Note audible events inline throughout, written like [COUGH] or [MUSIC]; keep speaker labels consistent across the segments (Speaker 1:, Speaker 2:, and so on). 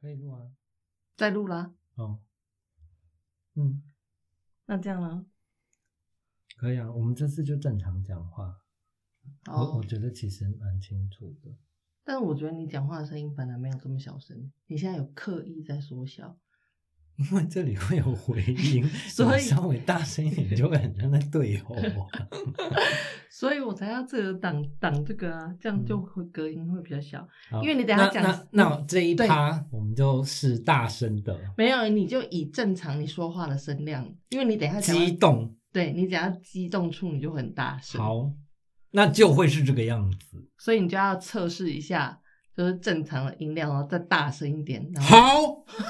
Speaker 1: 可以录啊。
Speaker 2: 在录啦。
Speaker 1: 哦，嗯，
Speaker 2: 那这样呢？
Speaker 1: 可以啊。我们这次就正常讲话。我
Speaker 2: 哦
Speaker 1: 我，觉得其实蛮清楚的。
Speaker 2: 但是我觉得你讲话的声音本来没有这么小声，你现在有刻意在缩小。
Speaker 1: 因为这里会有回音，
Speaker 2: [LAUGHS] 所以
Speaker 1: 你稍微大声一点，你就会很像在对吼、啊。
Speaker 2: 所以我才要这个挡挡这个啊，这样就
Speaker 1: 嗯
Speaker 2: 会隔音会比较小。
Speaker 1: 好
Speaker 2: 因为你等一下讲
Speaker 1: 那那那这一趴我们就是大声的
Speaker 2: 没有，啊你就以正常你说话的声量，因为你等一下讲话
Speaker 1: 激，动，
Speaker 2: 对你只要激动处你就会很大声，，
Speaker 1: 好，那就会是这个样子。
Speaker 2: 所以你就要测试一下，就是正常的音量，然后再大声一点，
Speaker 1: [LAUGHS]
Speaker 2: 然后
Speaker 1: 好，
Speaker 2: [LAUGHS]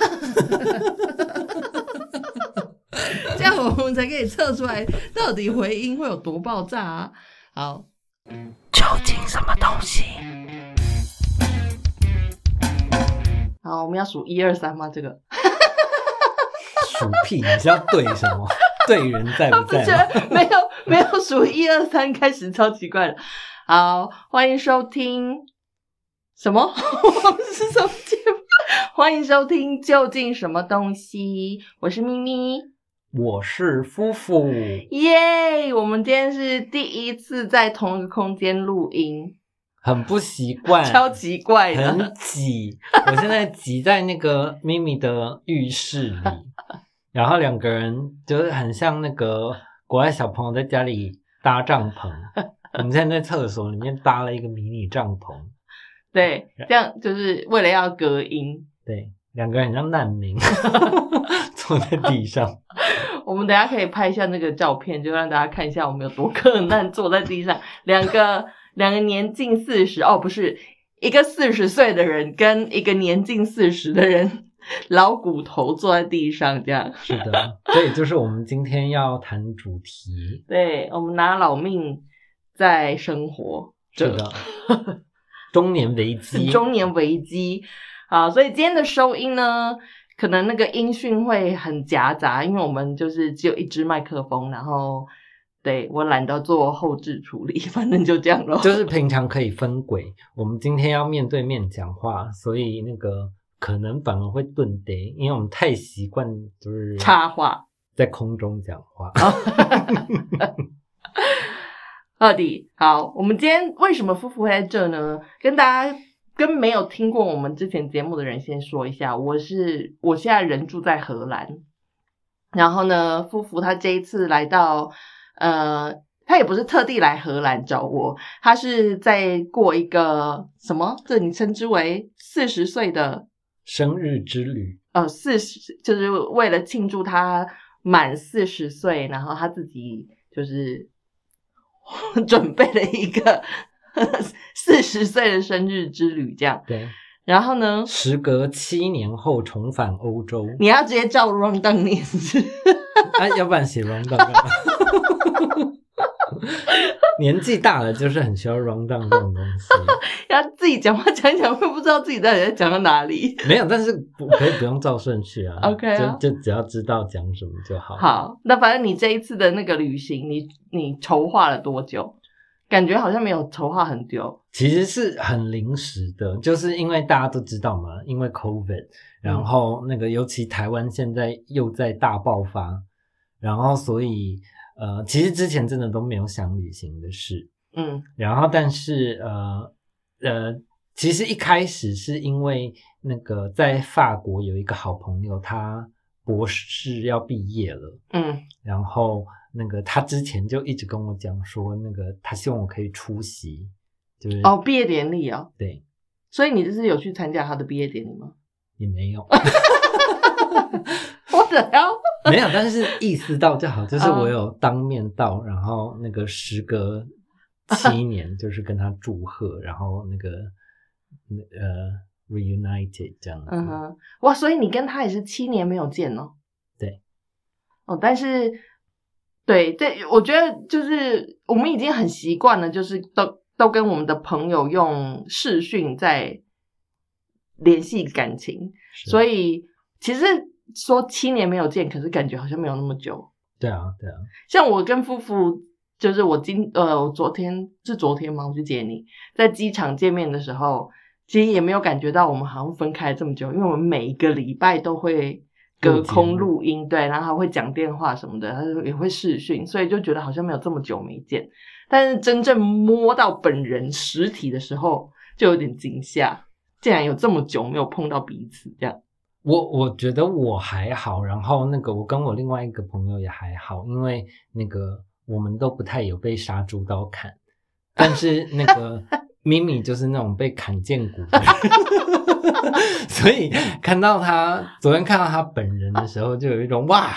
Speaker 2: 这样我们才可以测出来到底回音会有多爆炸啊！好，
Speaker 3: 究竟什么东西？
Speaker 2: 好，我们要数一二三吗？这个
Speaker 1: 鼠屁，你是要对什么？对人在
Speaker 2: 他
Speaker 1: 不
Speaker 2: 不
Speaker 1: 在
Speaker 2: 觉
Speaker 1: 吗？
Speaker 2: 得没有没有数一二三开始超奇怪的。好，欢迎收听什么？我们是什么节目？欢迎收听究竟什么东西？我是咪咪，
Speaker 1: 我是夫妇，
Speaker 2: 耶！我们今天是第一次在同一个空间录音，
Speaker 1: 很不习惯，
Speaker 2: 超奇怪的。
Speaker 1: 很挤， [LAUGHS] 我现在挤在那个咪咪的浴室 [LAUGHS] 里，然后两个人就是很像那个国外小朋友在家里搭帐 [LAUGHS] 篷，我们现在在厕所里面搭了一个迷你帐篷，
Speaker 2: 对，这样就是为了要隔音。
Speaker 1: 对，两个人很像难 [LAUGHS] 民，坐在地上，
Speaker 2: 我们等一下可以拍一下那个照片，就让大家看一下我们有多困难，坐在地上。两个两个年近四十哦，不是一个四十岁的人跟一个年近四十的人，老骨头坐在地上这样。
Speaker 1: 是的，这也就是我们今天要谈主题，
Speaker 2: 对，我们拿老命在生活
Speaker 1: 是
Speaker 2: 着，
Speaker 1: 的，中年危机，
Speaker 2: 中年危机啊，所以今天的收音呢。可能那个音讯会很夹杂，因为我们就是只有一支麦克风，然后对我懒得做后置处理， [LAUGHS] 反正就这样 [LAUGHS] 咯。
Speaker 1: 就是平常可以分轨，我们今天要面对面讲话，所以那个可能反而会顿呆，因为我们太习惯就是
Speaker 2: 插话。
Speaker 1: 在空中讲话。
Speaker 2: 到底好，我们今天为什么夫妇会在这呢？跟大家跟没有听过我们之前节目的人先说一下，我是我现在人住在荷兰，然后呢，夫妇他这一次来到呃。他也不是特地来荷兰找我，他是在过一个什么？这你称之为四十岁的
Speaker 1: 生日之旅，
Speaker 2: 呃四十，就是为了庆祝他满四十岁，然后他自己就是 [LAUGHS] 准备了一个 [LAUGHS] 四十岁的生日之旅，这样。
Speaker 1: 对，
Speaker 2: 然后呢，
Speaker 1: 时隔七年后重返欧
Speaker 2: [LAUGHS]
Speaker 1: 洲，
Speaker 2: 你要直接照 run down 念是不是
Speaker 1: 啊，要不然写 round down 干嘛？ [LAUGHS] 年纪大了就是很需要 round down 这种东
Speaker 2: [LAUGHS]
Speaker 1: 西，
Speaker 2: [LAUGHS] 要自己讲话讲一讲，会不知道自己到底在讲到哪里。
Speaker 1: 没有，但是不可以不用照顺序啊
Speaker 2: OK 啊
Speaker 1: 就就只要知道讲什么就好。，
Speaker 2: 好，那反正你这一次的那个旅行，你你筹划了多久？感觉好像没有筹划很久。
Speaker 1: 其实是很临时的，就是因为大家都知道嘛，因为 COVID，然后那个尤其台湾现在又在大爆发，然后所以呃，其实之前真的都没有想旅行的事，
Speaker 2: 嗯
Speaker 1: 然后但是呃呃，其实一开始是因为那个在法国有一个好朋友，他博士要毕业了，
Speaker 2: 嗯
Speaker 1: 然后那个他之前就一直跟我讲说，那个他希望我可以出席，就是
Speaker 2: 哦，毕业典礼哦，
Speaker 1: 对。
Speaker 2: 所以你这次有去参加他的毕业典礼吗？
Speaker 1: 也没有， [LAUGHS]
Speaker 2: [LAUGHS] 我的要
Speaker 1: 没有，但是意思到就好，就是
Speaker 2: 嗯
Speaker 1: 我有当面到，然后那个时隔
Speaker 2: [LAUGHS]
Speaker 1: 七年，就是跟他祝贺，然后那个那呃 reunited 这样子。
Speaker 2: 嗯哼，哇，所以你跟他也是七年没有见哦。
Speaker 1: 对。
Speaker 2: 哦，但是，对对，我觉得就是我们已经很习惯了，就是都都跟我们的朋友用视讯在联系感情，
Speaker 1: 是
Speaker 2: 所以其实说七年没有见，可是感觉好像没有那么久。
Speaker 1: 对啊，对啊，
Speaker 2: 像我跟夫妇，就是我今呃，我昨天是昨天吗？我去接你，在机场见面的时候，其实也没有感觉到我们好像分开这么久，因为我们每一个礼拜都会隔空录音，对，然后还会讲电话什么的，他也会视讯，所以就觉得好像没有这么久没见。但是真正摸到本人实体的时候，就有点惊吓，竟然有这么久没有碰到彼此这样。
Speaker 1: 我我觉得我还好，然后那个我跟我另外一个朋友也还好，因为那个我们都不太有被杀猪刀砍，但是那个咪咪就是那种被砍见骨的人， [LAUGHS] 所以看到他昨天看到他本人的时候，就有一种哇，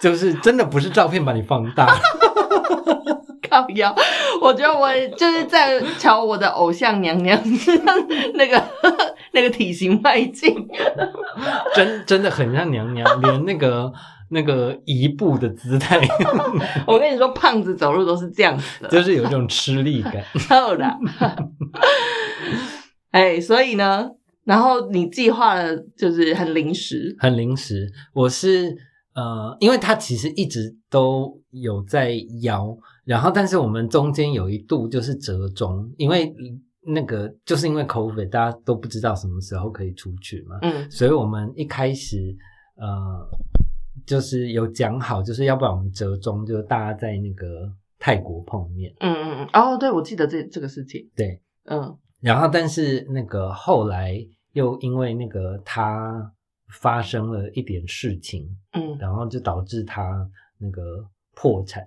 Speaker 1: 就是真的不是照片把你放大，
Speaker 2: 靠腰， [LAUGHS] 我觉得我就是在朝我的偶像娘娘那个 [LAUGHS] 那个体型迈进。
Speaker 1: 真真的很像娘娘，连那个那个移步的姿态， [LAUGHS]
Speaker 2: 我跟你说，胖子走路都是这样子的，
Speaker 1: 就是有一种吃力感。
Speaker 2: 臭的。 [LAUGHS] 哎，所以呢，然后你计划了就是很临时，
Speaker 1: 很临时。我是呃，因为他其实一直都有在摇，然后但是我们中间有一度就是折中，因为那个就是因为 COVID，大家都不知道什么时候可以出去嘛，
Speaker 2: 嗯
Speaker 1: 所以我们一开始呃，就是有讲好，就是要不然我们折中，就是大家在那个泰国碰面。
Speaker 2: 嗯嗯嗯，哦，对，我记得这这个事情，
Speaker 1: 对，
Speaker 2: 嗯
Speaker 1: 然后，但是那个后来又因为那个他发生了一点事情，
Speaker 2: 嗯，
Speaker 1: 然后就导致他那个破产，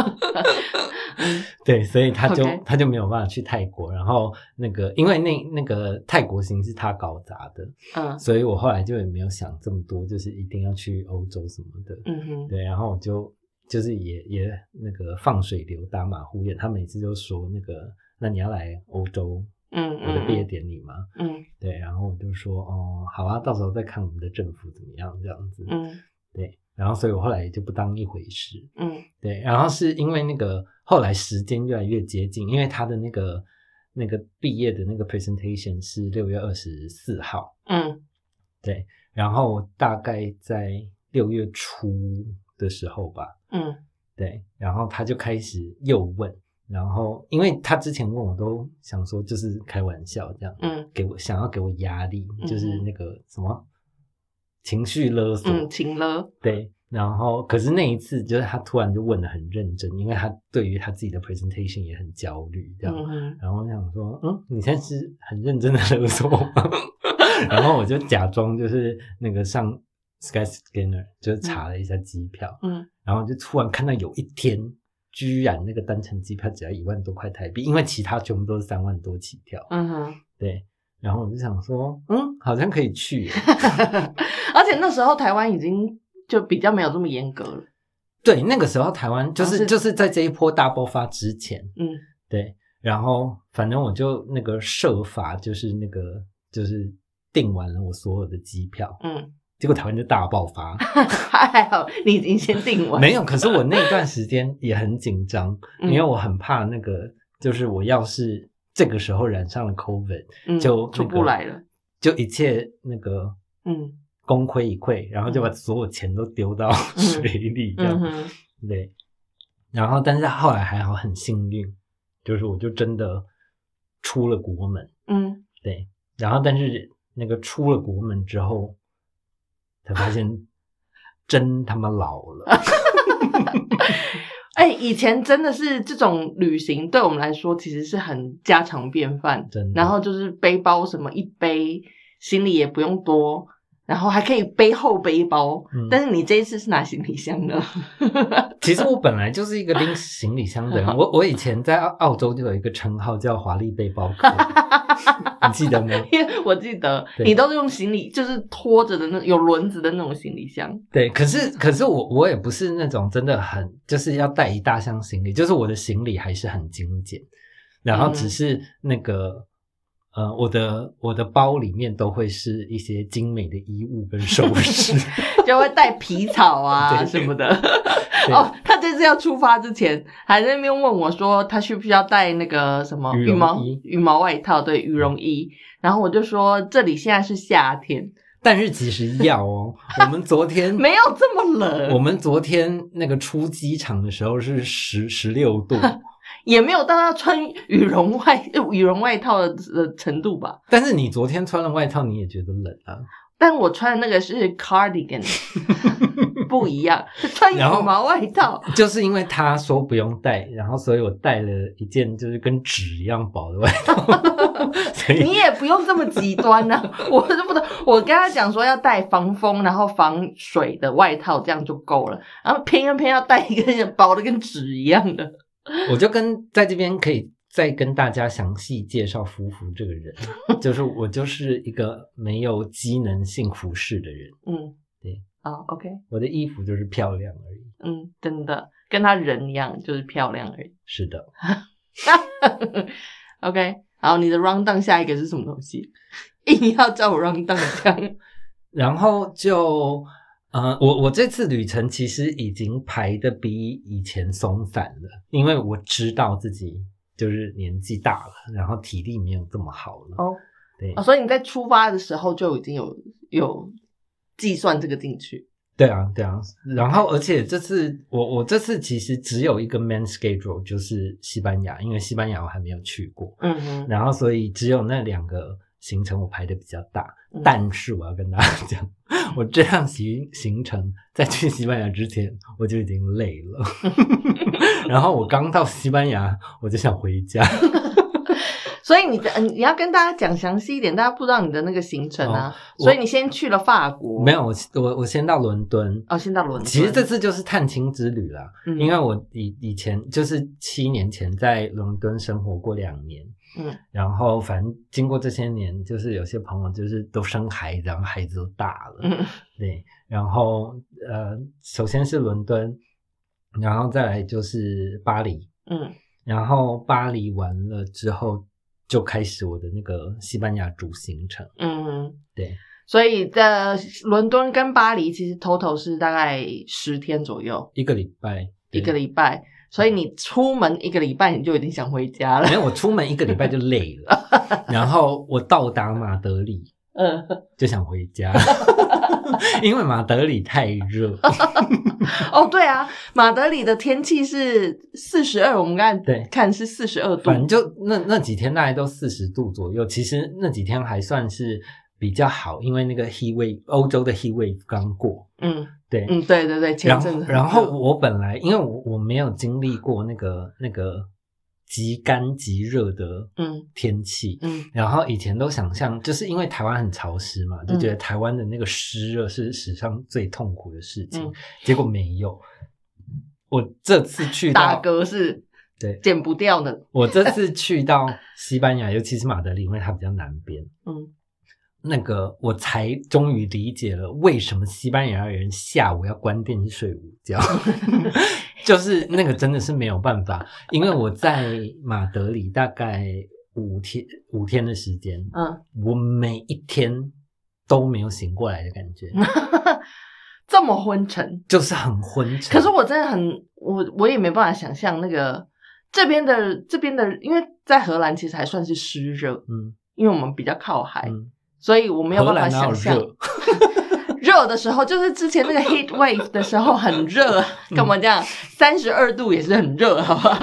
Speaker 1: [LAUGHS] 对，所以他就
Speaker 2: OK
Speaker 1: 他就没有办法去泰国。然后那个因为那那个泰国行是他搞砸的，
Speaker 2: 嗯
Speaker 1: 所以我后来就也没有想这么多，就是一定要去欧洲什么的。
Speaker 2: 嗯哼，
Speaker 1: 对，然后我就就是也也那个放水流打马虎眼，他每次就说那个那你要来欧洲
Speaker 2: 嗯
Speaker 1: 我的毕业
Speaker 2: 嗯
Speaker 1: 典礼吗？
Speaker 2: 嗯
Speaker 1: 对，然后我就说哦好啊，到时候再看我们的政府怎么样这样子。
Speaker 2: 嗯
Speaker 1: 对，然后所以我后来也就不当一回事。
Speaker 2: 嗯
Speaker 1: 对，然后是因为那个后来时间越来越接近，因为他的那个那个毕业的那个 presentation 是六月二十四号，
Speaker 2: 嗯
Speaker 1: 然后我大概在六月初的时候吧，
Speaker 2: 嗯
Speaker 1: 对，然后他就开始又问，然后因为他之前问我都想说就是开玩笑这样，
Speaker 2: 嗯
Speaker 1: 给我想要给我压力，就是
Speaker 2: 嗯
Speaker 1: 那个什么情绪勒索，
Speaker 2: 嗯，请了，
Speaker 1: 对，然后可是那一次就是他突然就问的很认真，因为他对于他自己的 presentation 也很焦虑，这样。
Speaker 2: 嗯哼
Speaker 1: 然后我想说，嗯，你现在是很认真的勒索我吗？ [LAUGHS] 然后我就假装就是那个上 Skyscanner 就是查了一下机票，
Speaker 2: 嗯
Speaker 1: 然后就突然看到有一天，居然那个单程机票只要一万多块台币，因为其他全部都是三万多起跳。
Speaker 2: 嗯哼。
Speaker 1: 对，然后我就想说，嗯，好像可以去耶。 [LAUGHS]
Speaker 2: 而且那时候台湾已经就比较没有这么严格了。
Speaker 1: 对，那个时候台湾就
Speaker 2: 好像
Speaker 1: 是、
Speaker 2: 是
Speaker 1: 就是在这一波大爆发之前，
Speaker 2: 嗯
Speaker 1: 对，然后反正我就那个设法，就是那个就是订完了我所有的机票，
Speaker 2: 嗯，
Speaker 1: 结果台湾就大爆
Speaker 2: [LAUGHS]
Speaker 1: 发。
Speaker 2: 还好你已经先定完。
Speaker 1: 没有，可是我那段时间也很紧张，因
Speaker 2: 嗯
Speaker 1: 为我很怕那个，就是我要是这个时候染上了 COVID，
Speaker 2: 嗯
Speaker 1: 就
Speaker 2: 出
Speaker 1: 那
Speaker 2: 不
Speaker 1: 个
Speaker 2: 来了。
Speaker 1: 就一切那个
Speaker 2: 嗯
Speaker 1: 功亏一篑，然后就把所有钱都丢到水里这样
Speaker 2: 嗯。哼
Speaker 1: 对，然后但是后来还好，很幸运，就是我就真的出了国门，
Speaker 2: 嗯，
Speaker 1: 对，然后但是那个出了国门之后，才发现真他妈老了，
Speaker 2: 啊哎、以前真的是这种旅行对我们来说其实是很家常便饭，
Speaker 1: 真的。
Speaker 2: 然后就是背包什么一背，行李也不用多。然后还可以背后背包，
Speaker 1: 嗯
Speaker 2: 但是你这一次是拿行李箱的， [LAUGHS]
Speaker 1: 其实我本来就是一个拎行李箱的人，
Speaker 2: [LAUGHS]
Speaker 1: 我我以前在澳澳洲就有一个称号叫“华丽背包
Speaker 2: [LAUGHS]
Speaker 1: 客”，你记得吗？
Speaker 2: 因为我记得
Speaker 1: 对
Speaker 2: 你都是用行李，就是拖着的那有轮子的那种行李箱。
Speaker 1: 对，可是可是我我也不是那种真的很就是要带一大箱行李，就是我的行李还是很精简，然后
Speaker 2: 嗯
Speaker 1: 只是那个、呃，我的我的包里面都会是一些精美的衣物跟首饰，
Speaker 2: 就会带皮草
Speaker 1: [LAUGHS]
Speaker 2: 啊
Speaker 1: 对
Speaker 2: 什么的。哦，他这次要出发之前，还在那边问我说，他需不需要带那个什么
Speaker 1: 羽
Speaker 2: 羽
Speaker 1: 绒
Speaker 2: 毛
Speaker 1: 衣
Speaker 2: 羽毛外套？对，羽绒衣。然后我就说，这里现在是夏天，
Speaker 1: 但是其实要
Speaker 2: [LAUGHS]
Speaker 1: 哦，我们昨天
Speaker 2: 没有这么冷，
Speaker 1: 我们昨天那个出机场的时候是十十六度，
Speaker 2: 也没有到要穿羽绒外呃羽绒外套的的程度吧。
Speaker 1: 但是你昨天穿了外套，你也觉得冷啊？
Speaker 2: 但我穿的那个是
Speaker 1: [LAUGHS]
Speaker 2: cardigan，不一样，穿羽
Speaker 1: 然后
Speaker 2: 毛外套。
Speaker 1: 就是因为他说不用带，然后所以我带了一件就是跟纸一样薄的外套，所
Speaker 2: 你
Speaker 1: 以
Speaker 2: 也不用这么极端呐、我是不懂。我跟他讲说要带防风，然后防水的外套，这样就够了。然后偏偏偏要带一个 [LAUGHS] 薄的跟纸一样的。
Speaker 1: 我就跟在这边可以再跟大家详细介绍福福这个人，就是我就是一个没有机能性服饰的人，
Speaker 2: 嗯，
Speaker 1: 对。
Speaker 2: 啊、o k
Speaker 1: 我的衣服就是漂亮而已。
Speaker 2: 嗯，真的跟他人一样，就是漂亮而已。
Speaker 1: 是的，
Speaker 2: OK，好，你的 round down 下一个是什么东西？ [LAUGHS] 硬要叫我 round down 这样。
Speaker 1: 然后就，呃，我我这次旅程其实已经排的比以前松散了，因为我知道自己就是年纪大了，然后体力没有这么好了。
Speaker 2: 哦
Speaker 1: 对
Speaker 2: 哦，所以你在出发的时候就已经有有计算这个进去。
Speaker 1: 对啊，对啊。然后，而且这次我我这次其实只有一个 man schedule，就是西班牙，因为西班牙我还没有去过，
Speaker 2: 嗯哼，
Speaker 1: 然后所以只有那两个行程我排的比较大。
Speaker 2: 嗯
Speaker 1: 但是我要跟大家讲，我这趟行行程在去西班牙之前，我就已经累了。 [LAUGHS] 然后我刚到西班牙，我就想回家。
Speaker 2: 嗯所以你的嗯，你要跟大家讲详细一点，大家不知道你的那个行程啊。
Speaker 1: 哦我
Speaker 2: 所以你先去了法国，
Speaker 1: 没有，我我我先到伦敦。
Speaker 2: 哦，先到伦敦。
Speaker 1: 其实这次就是探亲之旅啦，
Speaker 2: 嗯
Speaker 1: 因为我以以前就是七年前在伦敦生活过两年，
Speaker 2: 嗯，
Speaker 1: 然后反正经过这些年，就是有些朋友就是都生孩子，然后孩子都大了，
Speaker 2: 嗯
Speaker 1: 对，然后呃，首先是伦敦，然后再来就是巴黎，
Speaker 2: 嗯
Speaker 1: 然后巴黎完了之后，就开始我的那个西班牙主行程。
Speaker 2: 嗯，
Speaker 1: 对，
Speaker 2: 所以在伦敦跟巴黎其实 total 是大概十天左右，
Speaker 1: 一个礼拜，
Speaker 2: 一个
Speaker 1: 礼
Speaker 2: 礼拜。所以你出门一个礼拜，你就已经想回家了
Speaker 1: 没。有，我出门一个礼拜就累
Speaker 2: [LAUGHS]
Speaker 1: 了，然后我到达马德里
Speaker 2: 嗯，
Speaker 1: 就想回家，因为马德里太热。
Speaker 2: [LAUGHS] 哦，对啊，马德里的天气是四十二，我们刚才
Speaker 1: 对
Speaker 2: 看是四十二度
Speaker 1: 反。正就那那几天大概都四十度左右，其实那几天还算是比较好，因为那个 heat wave 欧洲的 heat wave 刚过，
Speaker 2: 嗯
Speaker 1: 对，
Speaker 2: 嗯，对对对，前
Speaker 1: 然
Speaker 2: 阵
Speaker 1: 后
Speaker 2: 子很
Speaker 1: 然后
Speaker 2: 热
Speaker 1: 我本来因为我我没有经历过那个那个极干极热的
Speaker 2: 嗯
Speaker 1: 天气。
Speaker 2: 嗯
Speaker 1: 然后以前都想象，就是因为台湾很潮湿嘛，就觉
Speaker 2: 嗯
Speaker 1: 得台湾的那个湿热是史上最痛苦的事情。
Speaker 2: 嗯
Speaker 1: 结果没有，我这次去
Speaker 2: 打
Speaker 1: 到
Speaker 2: 嗝是
Speaker 1: 对
Speaker 2: 减不掉的。
Speaker 1: 我这次去到西班牙，尤其是马德里，因为它比较南边，
Speaker 2: 嗯
Speaker 1: 那个我才终于理解了为什么西班牙人下午要关电视睡午
Speaker 2: [LAUGHS]
Speaker 1: 觉，就是那个真的是没有办法，因为我在马德里大概五天五天的时间，
Speaker 2: 嗯，
Speaker 1: 我每一天都没有醒过来的感
Speaker 2: [LAUGHS]
Speaker 1: 觉，
Speaker 2: 这么昏沉，
Speaker 1: 就是很昏沉。
Speaker 2: 可是我真的很，我我也没办法想象那个这边的这边的，因为在荷兰其实还算是湿热，
Speaker 1: 嗯
Speaker 2: 因为我们比较靠海，
Speaker 1: 嗯，
Speaker 2: 所以我没有
Speaker 1: 荷
Speaker 2: 办法
Speaker 1: 兰哪有
Speaker 2: 想象。
Speaker 1: 热？ [LAUGHS]
Speaker 2: 热的时候，就是之前那个 heat wave 的时候很热啊，
Speaker 1: 嗯
Speaker 2: 干嘛这样？三十二度也是很热，好吧？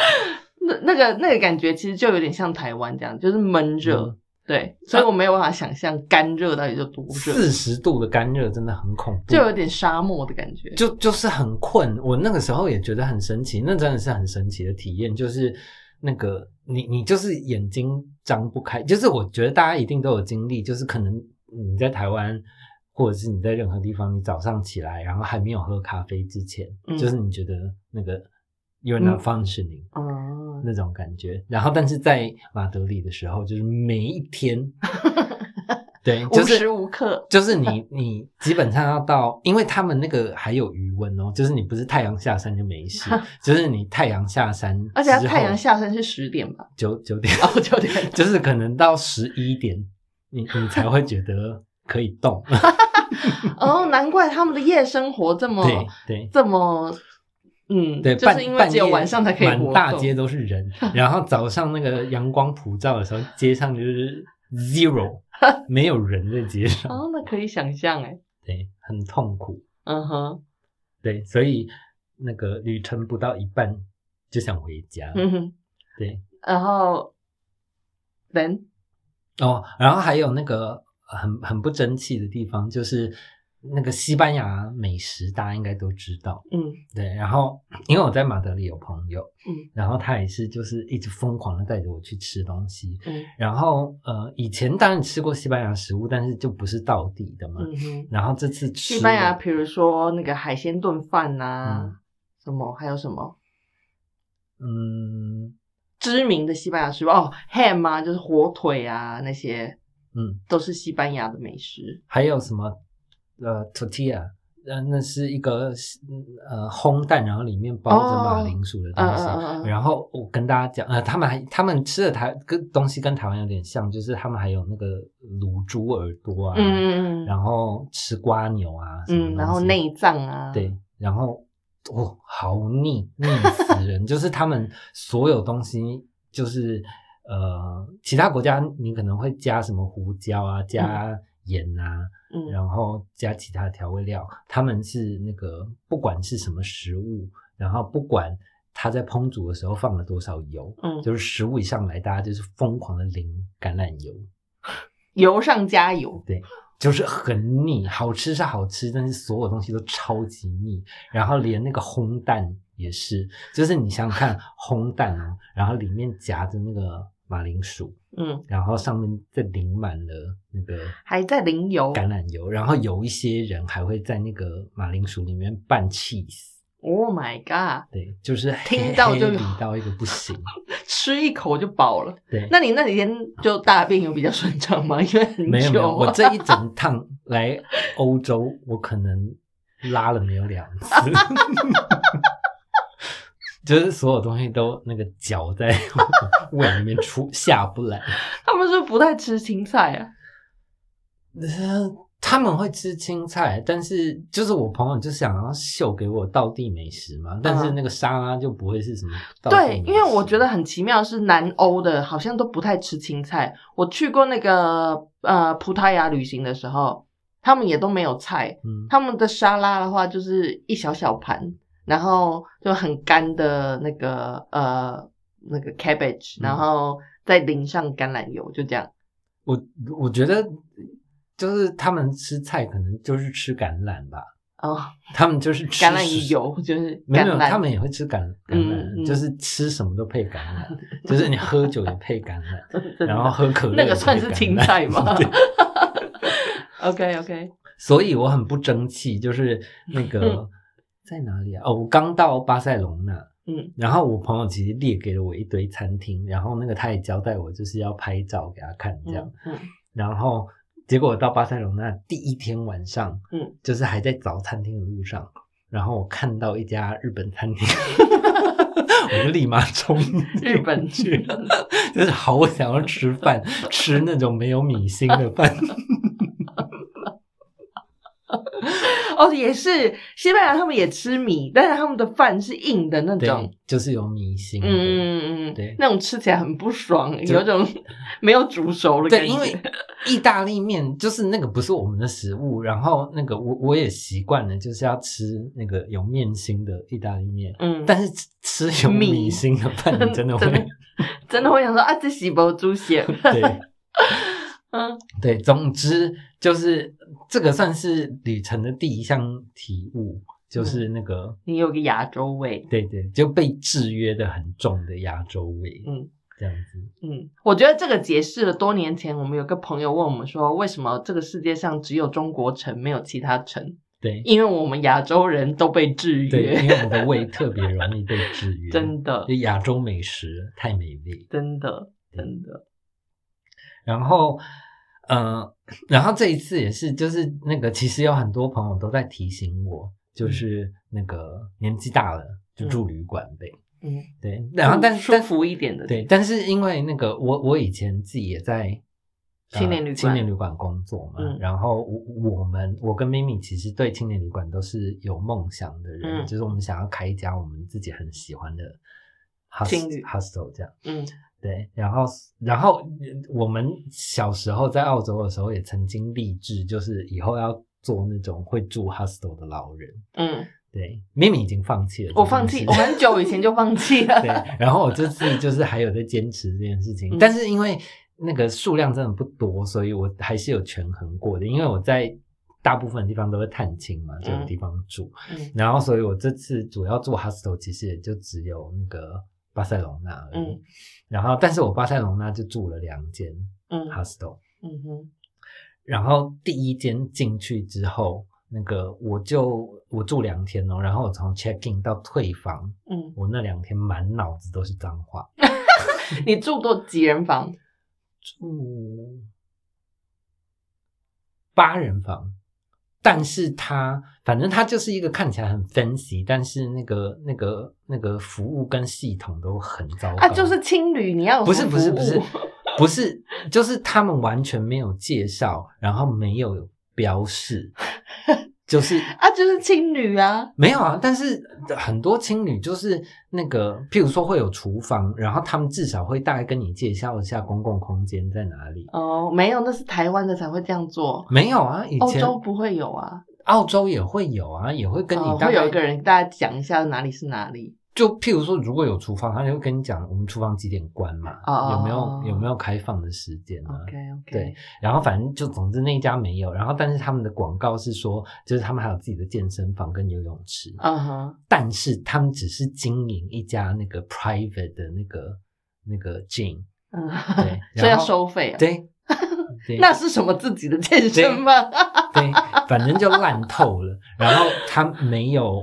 Speaker 2: [LAUGHS] 那那个那个感觉其实就有点像台湾这样，就是闷热，
Speaker 1: 嗯
Speaker 2: 对，所以我没有办法想象干热到底有多热，
Speaker 1: 四十度的干热真的很恐怖，
Speaker 2: 就有点沙漠的感觉。
Speaker 1: 就就是很困。我那个时候也觉得很神奇，那真的是很神奇的体验，就是那个你你就是眼睛张不开，就是我觉得大家一定都有经历，就是可能你在台湾。或者是你在任何地方，你早上起来，然后还没有喝咖啡之前，
Speaker 2: 嗯
Speaker 1: 就是你觉得那个 you're not functioning，、
Speaker 2: 嗯，
Speaker 1: 那种感觉。然后，但是在马德里的时候，就是每一
Speaker 2: [LAUGHS]
Speaker 1: 天，对，
Speaker 2: 无
Speaker 1: 就是
Speaker 2: 时无刻，
Speaker 1: 就是你你基本上要到，因为他们那个还有余温哦，就是你不是太阳下山就没
Speaker 2: [LAUGHS]
Speaker 1: 事，就是你太阳下山之后，
Speaker 2: 而且它太阳下山是十点吧？ [LAUGHS]
Speaker 1: 九九点，
Speaker 2: 哦，九点，
Speaker 1: 就是可能到十一点，你你才会觉得可以
Speaker 2: [LAUGHS]
Speaker 1: 动。
Speaker 2: [LAUGHS] 哦，难怪他们的夜生活这么
Speaker 1: 对对。
Speaker 2: 这么，嗯，
Speaker 1: 对，
Speaker 2: 就
Speaker 1: 半
Speaker 2: 是因为只有
Speaker 1: 半夜
Speaker 2: 晚上才可以活
Speaker 1: 满大
Speaker 2: 动
Speaker 1: 街都是
Speaker 2: [LAUGHS]
Speaker 1: 人，然后早上那个阳光普照的时候，街上就是 zero，没
Speaker 2: [LAUGHS]
Speaker 1: 有人在街上，
Speaker 2: 哦，那可以想象哎，
Speaker 1: 对，很痛苦，
Speaker 2: 嗯哼， [LAUGHS]
Speaker 1: 对，所以那个旅程不到一半就想回家。
Speaker 2: 嗯哼，
Speaker 1: 对。
Speaker 2: 然后人
Speaker 1: 哦，然后还有那个很很不争气的地方，就是那个西班牙美食，大家应该都知道。
Speaker 2: 嗯
Speaker 1: 对，然后因为我在马德里有朋友，
Speaker 2: 嗯
Speaker 1: 然后他也是就是一直疯狂的带着我去吃东西。
Speaker 2: 嗯
Speaker 1: 然后呃，以前当然吃过西班牙食物，但是就不是到底的嘛。
Speaker 2: 嗯哼，
Speaker 1: 然后这次吃
Speaker 2: 西班牙，
Speaker 1: 了
Speaker 2: 比如说那个海鲜炖饭呐、什么还有什么
Speaker 1: 嗯
Speaker 2: 知名的西班牙食物哦，ham 啊，就是火腿啊那些。
Speaker 1: 嗯，
Speaker 2: 都是西班牙的美食，
Speaker 1: 还有什么呃 tortilla，呃那是一个呃烘蛋，然后里面包着马铃薯的东
Speaker 2: 嗯
Speaker 1: 西。
Speaker 2: 嗯嗯嗯，
Speaker 1: 然后我跟大家讲，呃，他们还他们吃的台跟东西跟台湾有点像，就是他们还有那个卤猪耳朵啊，
Speaker 2: 嗯嗯嗯
Speaker 1: 然后吃瓜牛啊，什么
Speaker 2: 嗯，然后
Speaker 1: 东西
Speaker 2: 内脏啊，
Speaker 1: 对，然后哦，好腻腻死人，就是他们所有东西就是呃，其他国家你可能会加什么胡椒啊，加盐啊，
Speaker 2: 嗯，
Speaker 1: 然后加其他调味料，他们是那个不管是什么食物，然后不管它在烹煮的时候放了多少油。
Speaker 2: 嗯，
Speaker 1: 就是食物一上来，大家就是疯狂的淋橄榄油，
Speaker 2: 油上加油，
Speaker 1: 就是很腻。好吃是好吃，但是所有东西都超级腻。然后连那个烘蛋也是，就是你想想
Speaker 2: [LAUGHS]
Speaker 1: 看，烘蛋哦，然后里面夹着那个马铃薯，
Speaker 2: 嗯，
Speaker 1: 然后上面再淋满了那个
Speaker 2: 还在淋油
Speaker 1: 橄榄油，然后有一些人还会在那个马铃薯里面拌 cheese。
Speaker 2: ，Oh my god，
Speaker 1: 对，就是
Speaker 2: 听到就
Speaker 1: 黑理到一个不
Speaker 2: [LAUGHS]
Speaker 1: 行。
Speaker 2: 吃一口就饱了。
Speaker 1: 对，
Speaker 2: 那你那几天就大便有比较顺畅吗？因为很久啊，
Speaker 1: 没有没有，我这一整趟来欧洲，我可能拉了没有两次， [LAUGHS] 就是所有东西都那个搅在胃里面出下不来。
Speaker 2: 他们是不是不太吃青菜啊。
Speaker 1: 呃他们会吃青菜，但是就是我朋友就想要秀给我道地美食嘛，但是
Speaker 2: 嗯
Speaker 1: 那个沙拉就不会是什么道地
Speaker 2: 对，
Speaker 1: 美
Speaker 2: 因为我
Speaker 1: 食
Speaker 2: 觉得很奇妙，是南欧的，好像都不太吃青菜。我去过那个呃葡萄牙旅行的时候，他们也都没有菜，
Speaker 1: 嗯
Speaker 2: 他们的沙拉的话就是一小小盘，然后就很干的那个呃那个 cabbage，
Speaker 1: 嗯
Speaker 2: 然后再淋上橄榄油，就这样。
Speaker 1: 我我觉得就是他们吃菜可能就是吃橄榄吧，
Speaker 2: 哦， [LAUGHS]
Speaker 1: 他们就是吃
Speaker 2: 橄榄油就是
Speaker 1: 没有没有，
Speaker 2: 橄榄
Speaker 1: 他们也会吃橄橄榄，
Speaker 2: 嗯嗯
Speaker 1: 就是吃什么都配橄
Speaker 2: [LAUGHS]
Speaker 1: 榄，就是你喝酒也配橄榄，然后喝可乐
Speaker 2: 那
Speaker 1: 也
Speaker 2: 个
Speaker 1: 配
Speaker 2: 算是
Speaker 1: 橄榄
Speaker 2: 青菜吗
Speaker 1: [LAUGHS]
Speaker 2: [LAUGHS]
Speaker 1: 对
Speaker 2: ？OK OK，
Speaker 1: 所以我很不争气，就是那个在哪里啊？哦，我刚到巴塞隆纳，
Speaker 2: 嗯
Speaker 1: 然后我朋友其实列给了我一堆餐厅，然后那个他也交代我就是要拍照给他看 [LAUGHS] 这样，
Speaker 2: 嗯嗯
Speaker 1: 然后结果我到巴塞隆那第一天晚上，
Speaker 2: 嗯，
Speaker 1: 就是还在找餐厅的路上，然后我看到一家日本餐
Speaker 2: [LAUGHS]
Speaker 1: 厅，我就立马冲
Speaker 2: 日本
Speaker 1: 进去，就是好想要吃饭，吃那种没有米心的
Speaker 2: [LAUGHS]
Speaker 1: 饭。
Speaker 2: 哦，也是西班牙他们也吃米，但是他们的饭是硬的那
Speaker 1: 对
Speaker 2: 种，，
Speaker 1: 就是有米心
Speaker 2: 嗯
Speaker 1: 的。
Speaker 2: 嗯嗯，
Speaker 1: 对
Speaker 2: 那种吃起来很不爽，
Speaker 1: 就 [LAUGHS]
Speaker 2: 有种没有煮熟的感
Speaker 1: 对，
Speaker 2: 觉。
Speaker 1: 因为意大利面就是那个不是我们的食物，然后那个我我也习惯了，就是要吃那个有面心的意大利面，
Speaker 2: 嗯，
Speaker 1: 但是吃吃有
Speaker 2: 米
Speaker 1: 米心的饭，你
Speaker 2: [LAUGHS]
Speaker 1: 真的
Speaker 2: 真
Speaker 1: 会
Speaker 2: 的真的会想说啊，这洗不猪血， [LAUGHS]
Speaker 1: 对。
Speaker 2: 嗯
Speaker 1: 对，总之就是这个算是旅程的第一项体悟，
Speaker 2: 嗯
Speaker 1: 就是那个、
Speaker 2: 你有个牙周味。
Speaker 1: 对对，就被制约的很重的牙周味，
Speaker 2: 嗯
Speaker 1: 这样子。
Speaker 2: 嗯，我觉得这个解释了多年前我们有个朋友问我们说，为什么这个世界上只有中国城没有其他城？
Speaker 1: 对
Speaker 2: 因为我们亚洲人都被制
Speaker 1: 对，因为
Speaker 2: 约，
Speaker 1: 我们的胃特别容易被制约，
Speaker 2: [LAUGHS] 真的
Speaker 1: 就亚洲美食太美味。
Speaker 2: 真的真的，
Speaker 1: 然后，呃，然后这一次也是，就是那个其实有很多朋友都在提醒我，
Speaker 2: 嗯
Speaker 1: 就是那个年纪大了就住旅馆呗。
Speaker 2: 嗯，
Speaker 1: 对，然后但
Speaker 2: 舒
Speaker 1: 但
Speaker 2: 服一点的，
Speaker 1: 对，但是因为那个我我以前自己也在呃
Speaker 2: 青年旅馆
Speaker 1: 青年旅馆工作嘛，
Speaker 2: 嗯
Speaker 1: 然后我我们我跟咪咪其实对青年旅馆都是有梦想的人，
Speaker 2: 嗯
Speaker 1: 就是我们想要开一家我们自己很喜欢的 hostel
Speaker 2: 青旅
Speaker 1: hostel 这样。
Speaker 2: 嗯
Speaker 1: 对，然后然后呃我们小时候在澳洲的时候也曾经立志，就是以后要做那种会住 hostel 的老人。
Speaker 2: 嗯
Speaker 1: 对，妹妹已经放弃了，
Speaker 2: 我放弃，我。很久以前就放弃了
Speaker 1: [LAUGHS] 对。，然后我这次就是还有在坚持这件事情，
Speaker 2: 嗯
Speaker 1: 但是因为那个数量真的不多，所以我还是有权衡过的。因为我在大部分地方都会探亲嘛，这种地方住，
Speaker 2: 嗯
Speaker 1: 然后所以我这次主要住 hostel 其实也就只有那个巴塞隆纳而已。
Speaker 2: 嗯
Speaker 1: 然后，但是我巴塞隆纳就住了两间
Speaker 2: 嗯
Speaker 1: hostel，
Speaker 2: 嗯哼，
Speaker 1: 然后第一间进去之后，那个我就我住两天哦，然后我从 check in 到退房，
Speaker 2: 嗯，
Speaker 1: 我那两天满脑子都是脏话。
Speaker 2: 你住多几人房？
Speaker 1: 住八人房，但是它反正它就是一个看起来很 fancy，但是那个那个那个服务跟系统都很糟糕。
Speaker 2: 啊，就是青旅，你要有
Speaker 1: 哦不是
Speaker 2: 什么
Speaker 1: 不是
Speaker 2: 服务
Speaker 1: 不是 [LAUGHS] 不是，就是他们完全没有介绍，然后没有标示，就是
Speaker 2: 啊，就是青旅啊。
Speaker 1: 没有啊，但是很多青旅就是那个，譬如说会有厨房，然后他们至少会大概跟你介绍一下公共空间在哪里。
Speaker 2: 哦，没有，那是台湾的才会这样做，
Speaker 1: 没有啊，以
Speaker 2: 欧
Speaker 1: 前
Speaker 2: 洲不会有啊。
Speaker 1: 澳洲也会有啊，也会跟你
Speaker 2: 哦
Speaker 1: 大
Speaker 2: 会有一个
Speaker 1: 概
Speaker 2: 人跟大家讲一下哪里是哪里。
Speaker 1: 就譬如说，如果有厨房，他就会跟你讲我们厨房几点关嘛，
Speaker 2: 哦
Speaker 1: 有没有有没有开放的时间啊？
Speaker 2: OK OK，
Speaker 1: 对，然后反正就总之那一家没有，然后但是他们的广告是说，就是他们还有自己的健身房跟游泳池，
Speaker 2: 嗯哼，
Speaker 1: 但是他们只是经营一家那个 private 的那个那个 gym，
Speaker 2: 嗯，，
Speaker 1: 对
Speaker 2: [LAUGHS] 所以
Speaker 1: 然
Speaker 2: 要
Speaker 1: 后
Speaker 2: 收费啊。 [LAUGHS]
Speaker 1: 对。对
Speaker 2: 那是什么自己的健身吗？
Speaker 1: 对，反正就烂透了。然后他没有，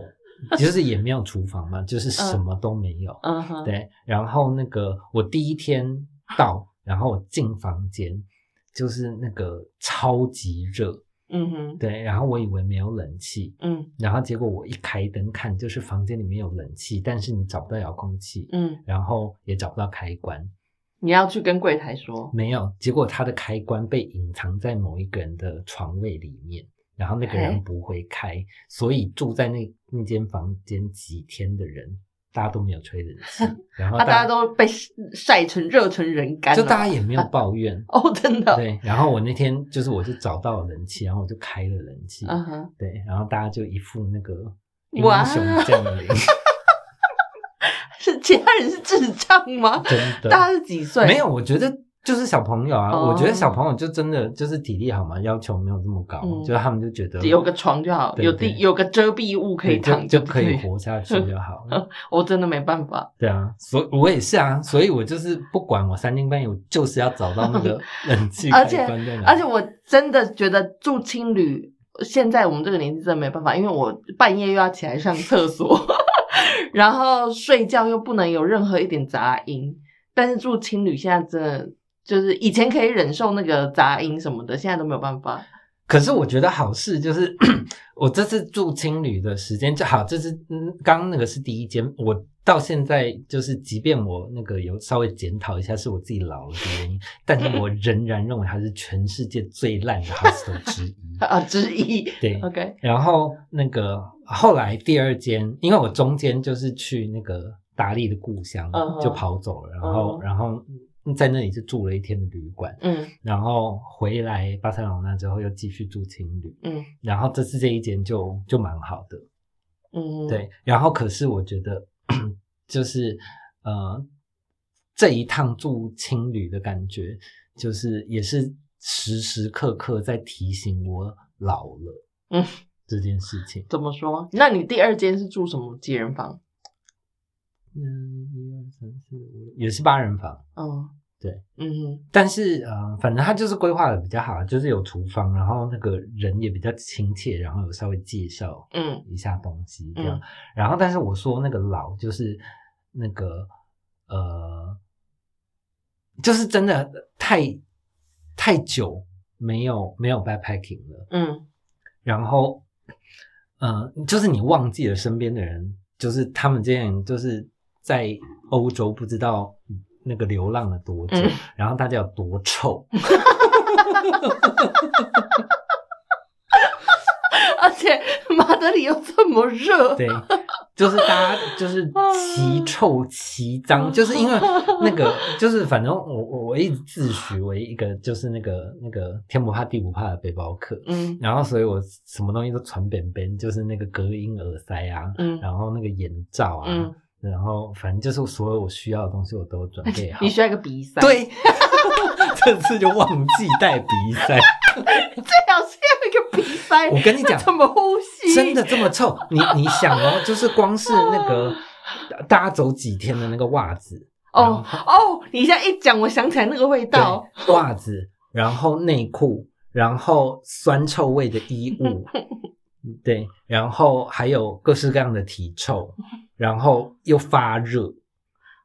Speaker 1: 就是也没有厨房嘛，就是什么都没有。
Speaker 2: 嗯哼，
Speaker 1: 对，然后那个我第一天到，然后我进房间，就是那个超级热，
Speaker 2: 嗯哼，
Speaker 1: 对，然后我以为没有冷气，
Speaker 2: 嗯
Speaker 1: 然后结果我一开灯看，就是房间里面有冷气，但是你找不到遥控器，
Speaker 2: 嗯，
Speaker 1: 然后也找不到开关，
Speaker 2: 你要去跟柜台说。
Speaker 1: 没有，结果它的开关被隐藏在某一个人的床位里面，然后那个
Speaker 2: 哎
Speaker 1: 人不会开，所以住在那那间房间几天的人，大家都没有吹冷
Speaker 2: [LAUGHS]
Speaker 1: 气，然后
Speaker 2: 啊，大家都被晒晒成热成人干
Speaker 1: 嗯
Speaker 2: 了，。
Speaker 1: 就大家也没有抱怨
Speaker 2: [LAUGHS] 哦，真的，
Speaker 1: 对，然后我那天就是我就找到了冷气，然后我就开了冷气，
Speaker 2: 嗯哼，
Speaker 1: 对，然后大家就一副那个英
Speaker 2: 哇
Speaker 1: 雄降
Speaker 2: [LAUGHS]
Speaker 1: 临，
Speaker 2: 是其他人是智障吗？
Speaker 1: 真的
Speaker 2: 大家是几岁？
Speaker 1: 没有，我觉得就是小朋友啊，
Speaker 2: 哦
Speaker 1: 我觉得小朋友就真的就是体力好嘛，要求没有这么高，
Speaker 2: 嗯
Speaker 1: 就是他们就觉得
Speaker 2: 只有个床就好，
Speaker 1: 对
Speaker 2: 有地
Speaker 1: 对
Speaker 2: 有个遮蔽物可以
Speaker 1: 对就
Speaker 2: 躺
Speaker 1: 就
Speaker 2: 对不
Speaker 1: 可以
Speaker 2: 对嗯
Speaker 1: 活下去就好了。
Speaker 2: 我真的没办法，
Speaker 1: [LAUGHS] 对啊，所以我也是啊，所以我就是不管我三更半夜，我就是要找到那
Speaker 2: [LAUGHS]
Speaker 1: 个冷气
Speaker 2: 而
Speaker 1: 开
Speaker 2: 且
Speaker 1: 关在哪里。
Speaker 2: 而且我真的觉得住青旅，现在我们这个年纪真的没办法，因为我半夜又要起来上厕所， [LAUGHS] 然后睡觉又不能有任何一点杂音。但是住青旅现在真的就是以前可以忍受那个杂音什么的，现在都没有办法。
Speaker 1: 可是我觉得好事就是，我这次住青旅的时间就好，这是嗯，刚刚那个是第一间，我到现在就是，即便我那个有稍微检讨一下是我自己老了的原因，但是我仍然认为它是全世界最烂的 hostel 之一。 [LAUGHS]
Speaker 2: 啊，之一。
Speaker 1: 对，
Speaker 2: OK，
Speaker 1: 然后那个后来第二间，因为我中间就是去那个达利的故乡
Speaker 2: 嗯哼
Speaker 1: 就跑走了，然后、
Speaker 2: 嗯
Speaker 1: 然后在那里就住了一天的旅馆，
Speaker 2: 嗯
Speaker 1: 然后回来巴塞罗那之后又继续住青旅，
Speaker 2: 嗯
Speaker 1: 然后这次这一间就就蛮好的，
Speaker 2: 嗯，，
Speaker 1: 对，然后可是我觉得就是呃这一趟住青旅的感觉，就是也是时时刻刻在提醒我老了，
Speaker 2: 嗯
Speaker 1: 这件事情。
Speaker 2: 怎么说？那你第二间是住什么几人房？
Speaker 1: 嗯，一二三四五六，也是八人房，
Speaker 2: 嗯，
Speaker 1: 对，
Speaker 2: 嗯哼，
Speaker 1: 但是呃，反正它就是规划的比较好，就是有厨房，然后那个人也比较亲切，然后有稍微介绍
Speaker 2: 嗯
Speaker 1: 一下东西这样。
Speaker 2: 嗯
Speaker 1: 然后，但是我说那个老就是那个呃，就是真的太太久没有没有 backpacking 了，
Speaker 2: 嗯 [LAUGHS]
Speaker 1: 然后，嗯、就是你忘记了身边的人，就是他们这些人，就是在欧洲不知道那个流浪了多久，
Speaker 2: 嗯
Speaker 1: 然后大家有多
Speaker 2: [LAUGHS]
Speaker 1: 臭，
Speaker 2: 而且马德里又这么热，
Speaker 1: 对，就是大家就是
Speaker 2: 嗯
Speaker 1: 奇臭奇脏，就是
Speaker 2: [LAUGHS]
Speaker 1: 因为那个就是反正我我我一直自诩为一个就是那个那个天不怕地不怕的背包客，
Speaker 2: 嗯
Speaker 1: 然后所以我什么东西都传扁扁，就是那个隔音耳塞啊，
Speaker 2: 嗯
Speaker 1: 然后那个眼罩啊，
Speaker 2: 嗯，
Speaker 1: 然后反正就是所有我需要的东西我都准备好
Speaker 2: 你。需要一个鼻塞，，
Speaker 1: 对， [LAUGHS] 这次就忘记带鼻塞。
Speaker 2: 最好是要一个鼻塞，
Speaker 1: 我跟你讲
Speaker 2: 那，怎么呼吸？
Speaker 1: 真的这么臭？你你想哦，就是光是那
Speaker 2: [LAUGHS]
Speaker 1: 个大家走几天的那个袜子，
Speaker 2: 哦哦，你现在一讲，我想起来那个味
Speaker 1: 对
Speaker 2: 道，，
Speaker 1: 袜子，然后内裤，然后酸臭味的衣
Speaker 2: [LAUGHS]
Speaker 1: 物，对，然后还有各式各样的体臭，然后又发热，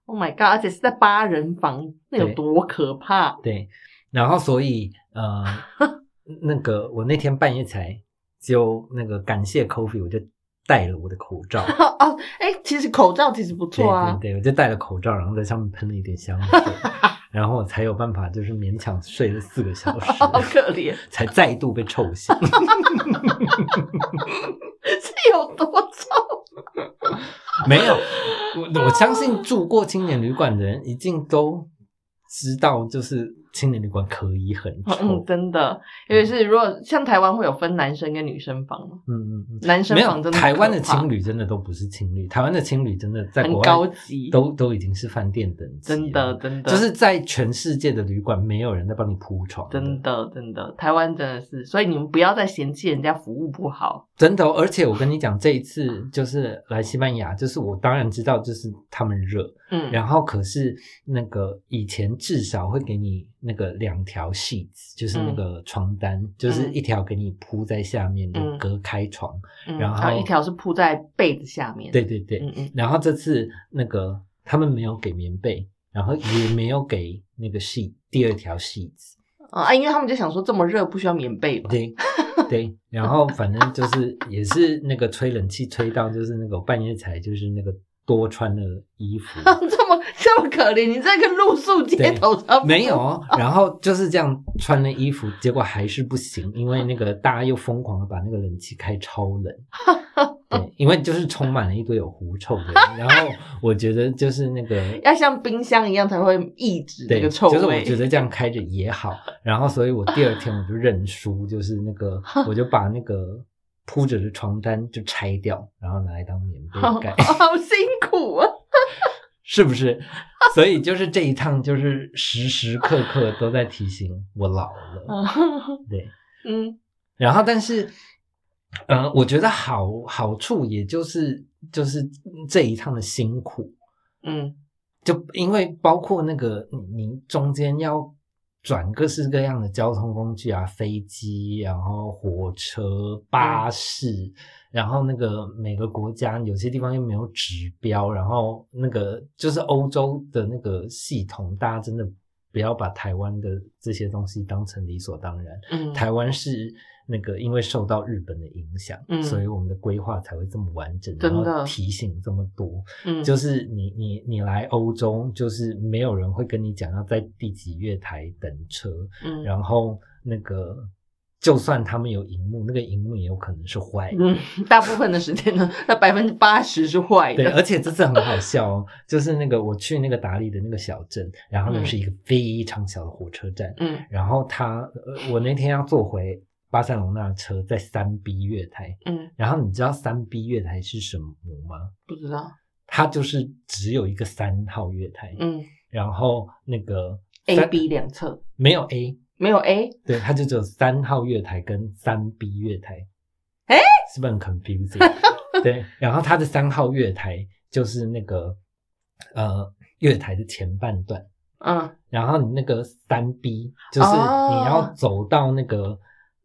Speaker 2: Oh my god！而且是在八人房，那有
Speaker 1: 对
Speaker 2: 多可怕？
Speaker 1: 对，然后所以
Speaker 2: [LAUGHS]
Speaker 1: 呃，那个我那天半夜才就那个感谢 Coffee，我就戴了我的口罩。
Speaker 2: 哦，哎、其实口罩其实不
Speaker 1: 对
Speaker 2: 错啊。
Speaker 1: 对对，我就戴了口罩，然后在上面喷了一点香
Speaker 2: [LAUGHS]
Speaker 1: 水，然后我才有办法，就是勉强睡了四个小时，
Speaker 2: 哦好可怜，
Speaker 1: 才再度被臭醒。
Speaker 2: 是有多
Speaker 1: [LAUGHS]
Speaker 2: 臭？
Speaker 1: 没有，我我相信住过青年旅馆的人一定都知道，就是青年旅馆可以很臭。
Speaker 2: 嗯，真的，尤其是如果像台湾会有分男生跟女生房嘛，
Speaker 1: 嗯嗯嗯，
Speaker 2: 男生
Speaker 1: 没
Speaker 2: 房
Speaker 1: 有
Speaker 2: 真的
Speaker 1: 台湾的情
Speaker 2: 侣
Speaker 1: 侣真的都不是情侣，台湾的情侣真的在
Speaker 2: 很
Speaker 1: 国
Speaker 2: 高
Speaker 1: 外
Speaker 2: 级，
Speaker 1: 都都已经是饭店等级了，
Speaker 2: 真的真的
Speaker 1: 就是在全世界的旅馆没有人在帮你铺床的，
Speaker 2: 真的真的，台湾真的是，所以你们不要再嫌弃人家服务不好。
Speaker 1: 真的哦、而且我跟你讲，这一次就是来西班牙，就是我当然知道，就是他们热，
Speaker 2: 嗯，
Speaker 1: 然后可是那个以前至少会给你那个两条 sheets，就是
Speaker 2: 嗯
Speaker 1: 那个床单，就是一条给你铺在下面的
Speaker 2: 嗯
Speaker 1: 隔开床。
Speaker 2: 嗯
Speaker 1: 然后
Speaker 2: 一条是铺在被子下面。
Speaker 1: 对，对对，
Speaker 2: 嗯嗯，
Speaker 1: 然后这次那个他们没有给棉被，然后也没有给那个 sheet 第二条 sheets。
Speaker 2: 啊，因为他们就想说这么热不需要棉被吧？
Speaker 1: 对对， [LAUGHS] 然后反正就是也是那个吹冷气吹到，就是那个半夜才就是那个多穿了衣服。
Speaker 2: [LAUGHS] 这么这么可怜，你这个露宿街头上
Speaker 1: 没有哦，然后就是这样穿了衣服，结果还是不行，因为那个大家又疯狂的把那个冷气开超冷，对，因为就是充满了一堆有狐臭的人，然后我觉得就是那个。
Speaker 2: 要像冰箱一样才会抑制这
Speaker 1: 对，
Speaker 2: 个臭
Speaker 1: 就是我
Speaker 2: 味。 [LAUGHS]
Speaker 1: 觉得这样开着也好，然后所以我第二天我就认输，就是那
Speaker 2: [LAUGHS]
Speaker 1: 个我就把那个铺着的床单就拆掉，然后拿来当棉被
Speaker 2: 好
Speaker 1: 盖，
Speaker 2: 好辛苦
Speaker 1: [LAUGHS]
Speaker 2: 啊！
Speaker 1: 是不是？ [LAUGHS] 所以就是这一趟就是时时刻刻都在提醒我老了，对。
Speaker 2: 嗯
Speaker 1: 然后，但是，呃，我觉得好好处也就是就是这一趟的辛苦，
Speaker 2: 嗯，
Speaker 1: 就因为包括那个你你中间要转各式各样的交通工具啊，飞机，然后火车、巴士，然后那个每个国家有些地方又没有指标，然后那个就是欧洲的那个系统，大家真的不要把台湾的这些东西当成理所当然。
Speaker 2: 嗯
Speaker 1: 台湾是那个因为受到日本的影响，
Speaker 2: 嗯
Speaker 1: 所以我们的规划才会这么完整，
Speaker 2: 真的
Speaker 1: 然后提醒这么多。
Speaker 2: 嗯
Speaker 1: 就是你你你来欧洲，就是没有人会跟你讲要在第几月台等车，
Speaker 2: 嗯
Speaker 1: 然后那个就算他们有荧幕，那个荧幕也有可能是坏的。
Speaker 2: 嗯，大部分的时间呢，那百分之八十是坏
Speaker 1: 对，
Speaker 2: 的。
Speaker 1: 而且这次很好笑哦，就是那个我去那个达利的那个小镇，然后呢
Speaker 2: 嗯
Speaker 1: 是一个非常小的火车站，
Speaker 2: 嗯
Speaker 1: 然后他呃我那天要坐回巴塞隆纳的车，在三 B 月台，
Speaker 2: 嗯，
Speaker 1: 然后你知道三 B 月台是什么吗？
Speaker 2: 不知道。
Speaker 1: 它就是只有一个三号月台，
Speaker 2: 嗯
Speaker 1: 然后那个
Speaker 2: ，A、
Speaker 1: 三
Speaker 2: B 两侧
Speaker 1: 没有 A，
Speaker 2: 没有 A，
Speaker 1: 对，它就只有三号月台跟三 B 月台。
Speaker 2: 诶
Speaker 1: 是不是很
Speaker 2: [LAUGHS]
Speaker 1: confusing？对，然后它的三号月台就是那个呃月台的前半段，
Speaker 2: 嗯，
Speaker 1: 然后你那个三 B 就是你要走到那个、
Speaker 2: 哦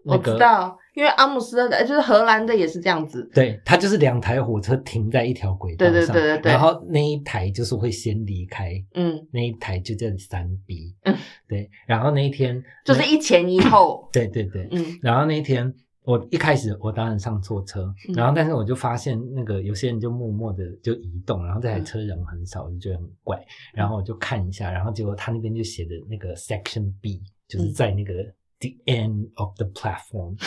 Speaker 2: 我
Speaker 1: 那
Speaker 2: 知
Speaker 1: 个，
Speaker 2: 道，因为阿姆斯特丹就是荷兰的也是这样子。
Speaker 1: 对，它就是两台火车停在一条轨道
Speaker 2: 对
Speaker 1: 上，
Speaker 2: 对对对对
Speaker 1: 然后那一台就是会先离开，
Speaker 2: 嗯，
Speaker 1: 那一台就叫三 B，
Speaker 2: 嗯
Speaker 1: 对，然后那一天
Speaker 2: 就是一前一后。
Speaker 1: 对对对，
Speaker 2: 嗯
Speaker 1: 然后那一天，我一开始我当然上错车，
Speaker 2: 嗯
Speaker 1: 然后但是我就发现那个有些人就默默的就移动，然后这
Speaker 2: 嗯
Speaker 1: 台车人很少，我就觉得很怪。然后我就看一下，然后结果他那边就写的那个 Section B，就是
Speaker 2: 嗯
Speaker 1: 在
Speaker 2: [LAUGHS]
Speaker 1: 那个 the end of the platform，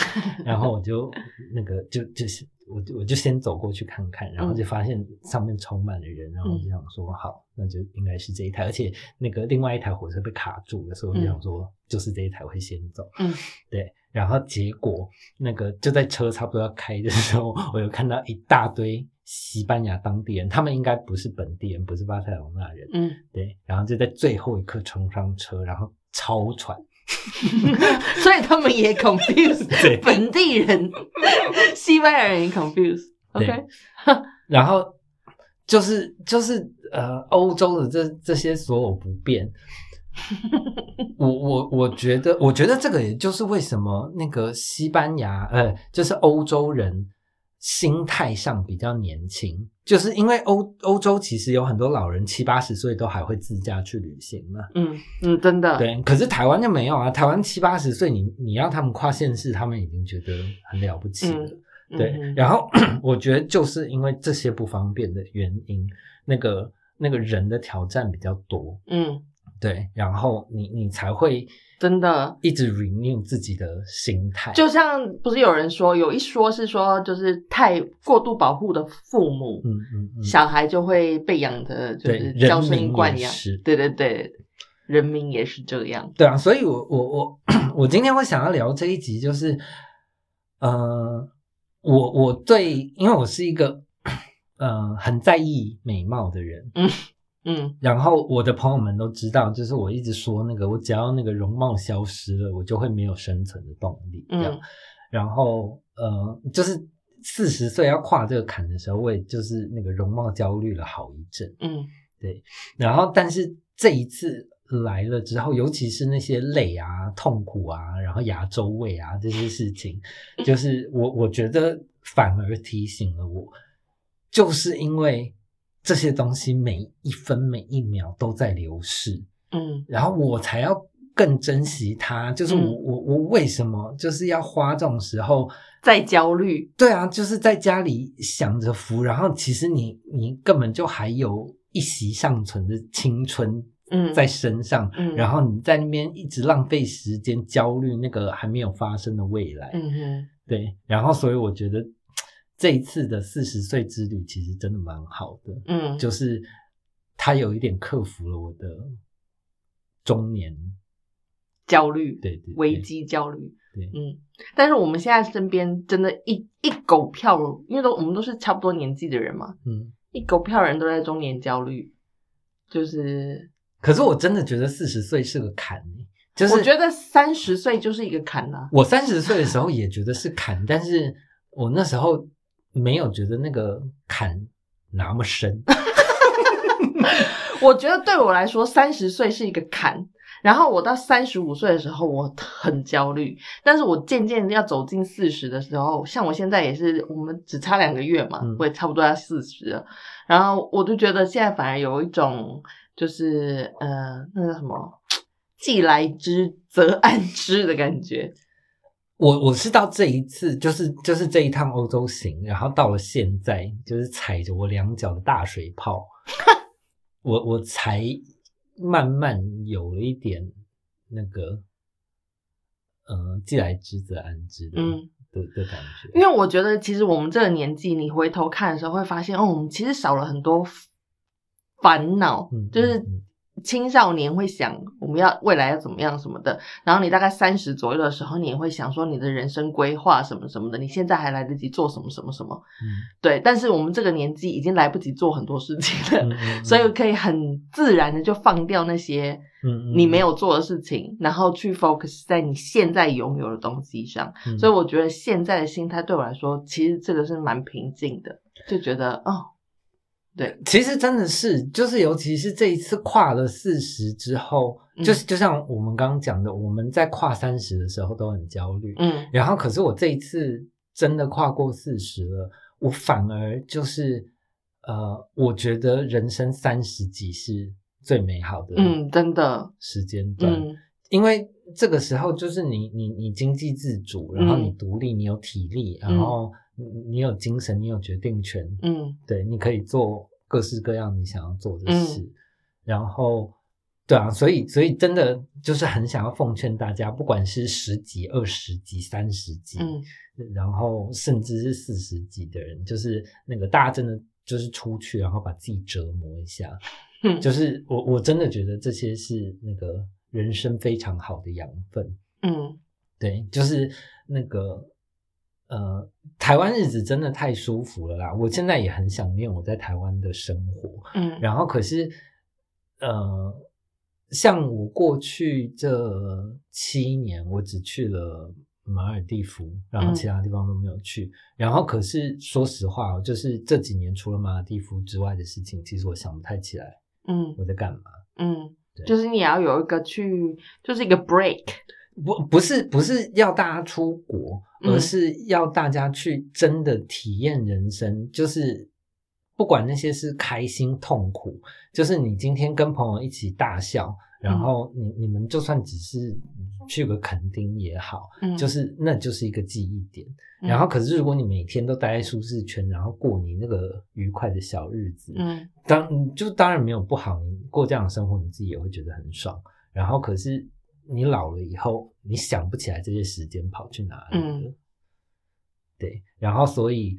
Speaker 1: 然后我就那个就就是我就我就先走过去看看，然后
Speaker 2: 嗯
Speaker 1: 就发现上面充满了人，然后我就想说好，那就应该是这一台，而且那个另外一台火车被卡住了，所以我就想说、就是这一台会先走，
Speaker 2: 嗯，
Speaker 1: 对，然后结果那个就在车差不多要开的时候， [LAUGHS] 我有看到一大堆西班牙当地人，他们应该不是本地人，不是巴塞罗那人，
Speaker 2: 嗯，
Speaker 1: 对，然后就在最后一刻冲上车，然后超喘，
Speaker 2: [LAUGHS]
Speaker 1: [LAUGHS]
Speaker 2: 所以他们也 confused，
Speaker 1: 对
Speaker 2: 本地人、西班牙人也 confused。
Speaker 1: 对
Speaker 2: OK，
Speaker 1: 然后就是就是呃，欧洲的这这些所有不便，我我我觉得，我觉得这个也就是为什么那个西班牙呃，就是欧洲人心态上比较年轻，就是因为欧欧洲其实有很多老人七八十岁都还会自驾去旅行嘛。
Speaker 2: 嗯嗯，真的，
Speaker 1: 对，可是台湾就没有啊！台湾七八十岁，你你让他们跨县市，他们已经觉得很了不起了。
Speaker 2: 嗯嗯
Speaker 1: 对，
Speaker 2: 哼
Speaker 1: 然后 [CLEARS THROAT] 我觉得就是因为这些不方便的原因，那个那个人的挑战比较多，
Speaker 2: 嗯，
Speaker 1: 对，然后你你才会
Speaker 2: 真的，
Speaker 1: 一直 renew 自己的心态，
Speaker 2: 就像不是有人说，有一说是说，就是太过度保护的父母，
Speaker 1: 嗯嗯嗯，
Speaker 2: 小孩就会被养的，就
Speaker 1: 对
Speaker 2: 是
Speaker 1: 人
Speaker 2: 娇生
Speaker 1: 民
Speaker 2: 惯
Speaker 1: 也
Speaker 2: 养
Speaker 1: 是。
Speaker 2: 对对对，人民也是这样。
Speaker 1: 对啊，所以我我我 [CLEARS THROAT] 我今天会想要聊这一集，就是，呃，我我对，因为我是一个 [CLEARS THROAT] 呃很在意美貌的人，
Speaker 2: 嗯
Speaker 1: 然后我的朋友们都知道，就是我一直说那个，我只要那个容貌消失了，我就会没有生存的动力。这样，
Speaker 2: 嗯
Speaker 1: 然后呃，就是四十岁要跨这个坎的时候，我也就是那个容貌焦虑了好一阵。
Speaker 2: 嗯
Speaker 1: 然后，但是这一次来了之后，尤其是那些累啊、痛苦啊，然后牙周味啊这些事情，就是我我觉得反而提醒了我，就是因为这些东西每一分每一秒都在流逝，
Speaker 2: 嗯
Speaker 1: 然后我才要更珍惜它。就是我、
Speaker 2: 嗯
Speaker 1: 我我为什么就是要花这种时候？
Speaker 2: 再焦虑，
Speaker 1: 对啊，就是在家里享着福，然后其实你你根本就还有一息尚存的青春
Speaker 2: 嗯，
Speaker 1: 在身上，
Speaker 2: 嗯
Speaker 1: 然后你在那边一直浪费时间焦虑那个还没有发生的未来，
Speaker 2: 嗯哼，
Speaker 1: 对，然后所以我觉得这一次的四十岁之旅其实真的蛮好的，
Speaker 2: 嗯，
Speaker 1: 就是它有一点克服了我的中年，
Speaker 2: 焦虑，
Speaker 1: 对对对
Speaker 2: 危机焦虑，
Speaker 1: 对
Speaker 2: 嗯。但是我们现在身边真的一一狗票，因为都我们都是差不多年纪的人嘛，
Speaker 1: 嗯，
Speaker 2: 一狗票人都在中年焦虑，就是
Speaker 1: 可是我真的觉得四十岁是个坎，欸就是
Speaker 2: 我觉得三十岁就是一个坎啦、
Speaker 1: 我三十岁的时候也觉得是坎，但是我那时候没有觉得那个坎那么深。
Speaker 2: 我觉得对我来说，三十岁是一个坎。然后我到三十五岁的时候，我很焦虑。但是我渐渐要走进四十的时候，像我现在也是，我们只差两个月嘛，
Speaker 1: 嗯
Speaker 2: 我也差不多要四十了。然后我就觉得现在反而有一种，就是呃，那个什么“既来之，则安之”的感觉。
Speaker 1: 我我是到这一次，就是就是这一趟欧洲行，然后到了现在，就是踩着我两脚的大水
Speaker 2: [LAUGHS]
Speaker 1: 泡，我我才慢慢有了一点那个，呃，既来之则安之的、
Speaker 2: 嗯，
Speaker 1: 的的感
Speaker 2: 因
Speaker 1: 觉。
Speaker 2: 为我觉得，其实我们这个年纪，你回头看的时候，会发现，哦，我们其实少了很多烦恼，
Speaker 1: 嗯
Speaker 2: 就是
Speaker 1: 嗯嗯
Speaker 2: 青少年会想我们要未来要怎么样什么的。然后你大概三十左右的时候，你也会想说你的人生规划什么什么的，你现在还来得及做什么什么什么。
Speaker 1: 嗯
Speaker 2: [LAUGHS] 对，但是我们这个年纪已经来不及做很多事情了，
Speaker 1: 嗯嗯嗯
Speaker 2: 所以可以很自然的就放掉那些
Speaker 1: 嗯
Speaker 2: 你没有做的事情，然后去 focus 在你现在拥有的东西上。
Speaker 1: 嗯
Speaker 2: 所以我觉得现在的心态对我来说，其实这个是蛮平静的，就觉得哦，
Speaker 1: 其实真的是，就是尤其是这一次跨了四十之后，
Speaker 2: 嗯
Speaker 1: 就是就像我们刚刚讲的，我们在跨三十的时候都很焦虑，
Speaker 2: 嗯
Speaker 1: 然后可是我这一次真的跨过四十了，我反而就是呃，我觉得人生三十几是最美好的
Speaker 2: 嗯，真的，
Speaker 1: 时间段，
Speaker 2: 嗯
Speaker 1: 因为这个时候就是你你你经济自主，然后
Speaker 2: 嗯
Speaker 1: 你独立，你有体力，
Speaker 2: 嗯
Speaker 1: 然后你你有精神，你有决定权，
Speaker 2: 嗯嗯
Speaker 1: 对，你可以做各式各样你想要做的事，然后对啊，所以所以真的就是很想要奉劝大家，不管是十级、二十级、三十级，
Speaker 2: 嗯，
Speaker 1: 然后甚至是四十级的人，就是那个大家真的就是出去，然后把自己折磨一下。
Speaker 2: 嗯
Speaker 1: 就是我我真的觉得这些是那个人生非常好的养分。
Speaker 2: 嗯，
Speaker 1: 对，就是那个呃，台湾日子真的太舒服了啦！我现在也很想念我在台湾的生活。
Speaker 2: 嗯，
Speaker 1: 然后可是呃，像我过去这七年，我只去了马尔地夫，然后其他地方都没有去。然后可是说实话哦，就是这几年除了马尔地夫之外的事情，其实我想不太起来
Speaker 2: 嗯
Speaker 1: 我在干嘛。
Speaker 2: 嗯，
Speaker 1: 对
Speaker 2: 就是你也要有一个去，就是一个 break，
Speaker 1: 不不是不是要大家出国，
Speaker 2: 嗯
Speaker 1: 而是要大家去真的体验人生，就是不管那些是开心痛苦，就是你今天跟朋友一起大笑，
Speaker 2: 嗯
Speaker 1: 然后你你们就算只是去个垦丁也好，
Speaker 2: 嗯，
Speaker 1: 就是那就是一个记忆点。
Speaker 2: 嗯
Speaker 1: 然后可是如果你每天都待在舒适圈，然后过你那个愉快的小日子，
Speaker 2: 嗯
Speaker 1: 当嗯就当然没有不好，你过这样的生活，你自己也会觉得很爽。然后可是你老了以后，你想不起来这些时间跑去哪里了。
Speaker 2: 嗯
Speaker 1: 对，然后所以，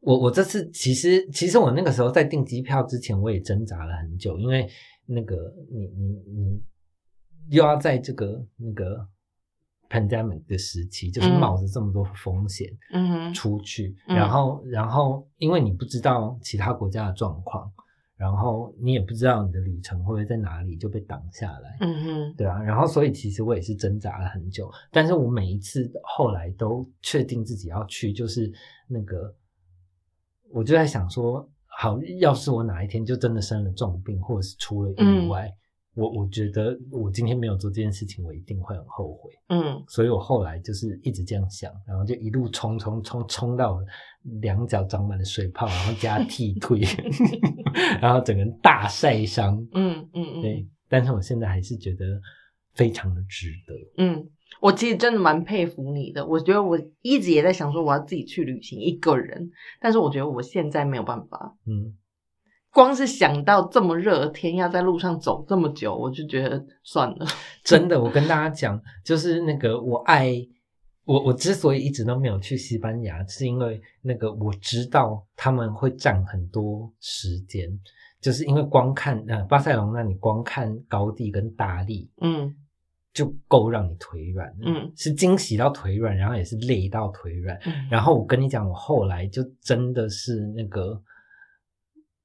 Speaker 1: 我我这次其实其实我那个时候在订机票之前，我也挣扎了很久，因为那个你你你又要在这个那个 pandemic 的时期，就是
Speaker 2: 嗯
Speaker 1: 冒着这么多风险，
Speaker 2: 嗯哼
Speaker 1: 出去，
Speaker 2: 嗯
Speaker 1: 然后然后因为你不知道其他国家的状况，然后你也不知道你的旅程会不会在哪里就被挡下来，
Speaker 2: 嗯哼
Speaker 1: 对啊，然后所以其实我也是挣扎了很久，但是我每一次后来都确定自己要去，就是那个我就在想说，好，要是我哪一天就真的生了重病，或者是出了意外。
Speaker 2: 嗯
Speaker 1: 我我觉得我今天没有做这件事情，我一定会很后悔。
Speaker 2: 嗯
Speaker 1: 所以我后来就是一直这样想，然后就一路冲冲冲冲到我两脚长满了水泡，然后 [LAUGHS] 加剃腿，然后整个人大晒伤。
Speaker 2: 嗯嗯嗯
Speaker 1: 对，但是我现在还是觉得非常的值得。
Speaker 2: 嗯，我其实真的蛮佩服你的。我觉得我一直也在想说，我要自己去旅行一个人，但是我觉得我现在没有办法。
Speaker 1: 嗯，
Speaker 2: 光是想到这么热的天要在路上走这么久，我就觉得算
Speaker 1: [LAUGHS]
Speaker 2: 了。
Speaker 1: 真的，我跟大家讲，就是那个我爱我，我之所以一直都没有去西班牙，是因为那个我知道他们会占很多时间，就是因为光看呃巴塞隆那，你光看高地跟大力，
Speaker 2: 嗯
Speaker 1: 就够让你腿软了，
Speaker 2: 嗯
Speaker 1: 是惊喜到腿软，然后也是累到腿软。
Speaker 2: 嗯
Speaker 1: 然后我跟你讲，我后来就真的是那个，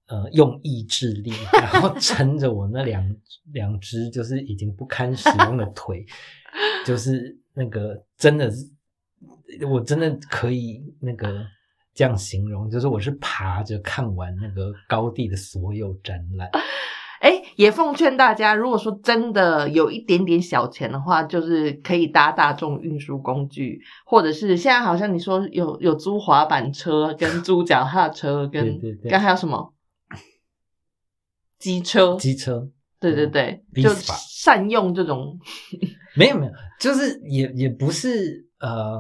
Speaker 1: 呃，用意志力，然后撑着我那两两只就是已经不堪使用的腿，就是那个真的是，我真的可以那个这样形容，就是我是爬着看完那个高地的所有展览。
Speaker 2: 哎，也奉劝大家，如果说真的有一点点小钱的话，就是可以搭大众运输工具，或者是现在好像你说有有租滑板车、跟租脚踏车、跟
Speaker 1: 对对对
Speaker 2: 跟还有什么机车、
Speaker 1: 机车
Speaker 2: 对对
Speaker 1: 嗯
Speaker 2: 对，
Speaker 1: 逼
Speaker 2: 就
Speaker 1: 死吧
Speaker 2: 善用这种，
Speaker 1: 没有没有，就是也也不是呃，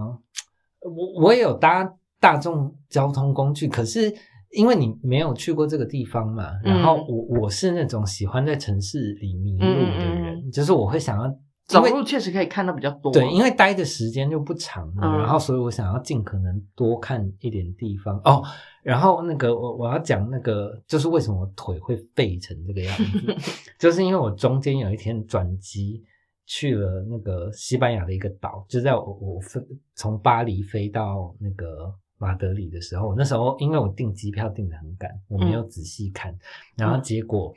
Speaker 1: 我我也有搭大众交通工具，可是因为你没有去过这个地方嘛，然后我我是那种喜欢在城市里迷路的人，
Speaker 2: 嗯嗯
Speaker 1: 就是我会想要
Speaker 2: 走
Speaker 1: 因为
Speaker 2: 路确实可以看到比较多。
Speaker 1: 对，因为待的时间就不长了，
Speaker 2: 嗯
Speaker 1: 然后所以我想要尽可能多看一点地方哦。然后那个我我要讲那个，就是为什么我腿会废成这个样
Speaker 2: [LAUGHS]
Speaker 1: 子，就是因为我中间有一天转机去了那个西班牙的一个岛，就在我我飞从巴黎飞到那个。马德里的时候，我那时候因为我订机票订的很赶，我没
Speaker 2: 嗯
Speaker 1: 有仔细看，然后结果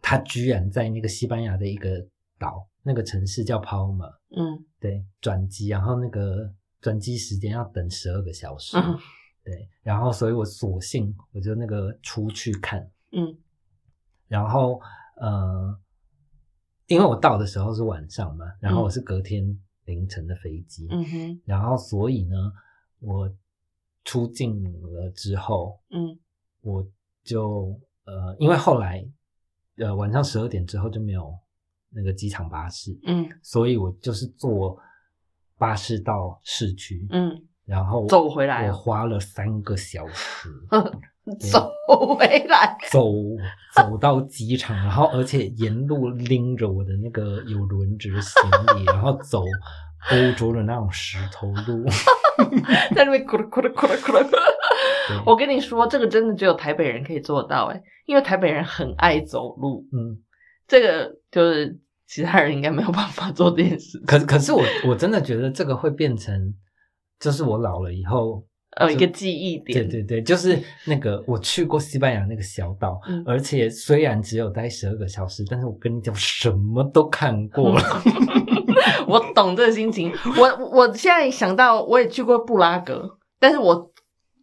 Speaker 1: 他居然在那个西班牙的一个岛，那个城市叫 Palma，
Speaker 2: 嗯
Speaker 1: 对，转机，然后那个转机时间要等十二个小时，
Speaker 2: 嗯
Speaker 1: 对，然后所以我索性我就那个出去看，
Speaker 2: 嗯
Speaker 1: 然后呃，因为我到的时候是晚上嘛，然后我是隔天凌晨的飞机，
Speaker 2: 嗯哼
Speaker 1: 然后所以呢，我出境了之后，
Speaker 2: 嗯
Speaker 1: 我就呃，因为后来呃晚上十二点之后就没有那个机场巴士，
Speaker 2: 嗯
Speaker 1: 所以我就是坐巴士到市区，
Speaker 2: 嗯，
Speaker 1: 然后
Speaker 2: 走回来
Speaker 1: 我
Speaker 2: 哦
Speaker 1: 花了三个小时，
Speaker 2: [LAUGHS] 走回来，
Speaker 1: 走走到机场，然后而且沿路拎着我的那个有轮值行李，然后走欧洲的那种石头路。 [LAUGHS]
Speaker 2: 在那边咕噜咕噜咕噜咕噜。
Speaker 1: 对
Speaker 2: 我跟你说，这个真的只有台北人可以做到哎、因为台北人很爱走路，
Speaker 1: 嗯，
Speaker 2: 这个就是其他人应该没有办法做这
Speaker 1: [LAUGHS]
Speaker 2: 件事。
Speaker 1: 可可是我我真的觉得这个会变成，就是我老了以后，
Speaker 2: 呃，
Speaker 1: 就
Speaker 2: 一个记忆
Speaker 1: 对
Speaker 2: 点，
Speaker 1: 对对，就是那个我去过西班牙那个小岛，
Speaker 2: 嗯
Speaker 1: 而且虽然只有待十二个小时，但是我跟你讲，我什么都看过了。
Speaker 2: 我懂这个心情。我我现在想到，我也去过布拉格，但是我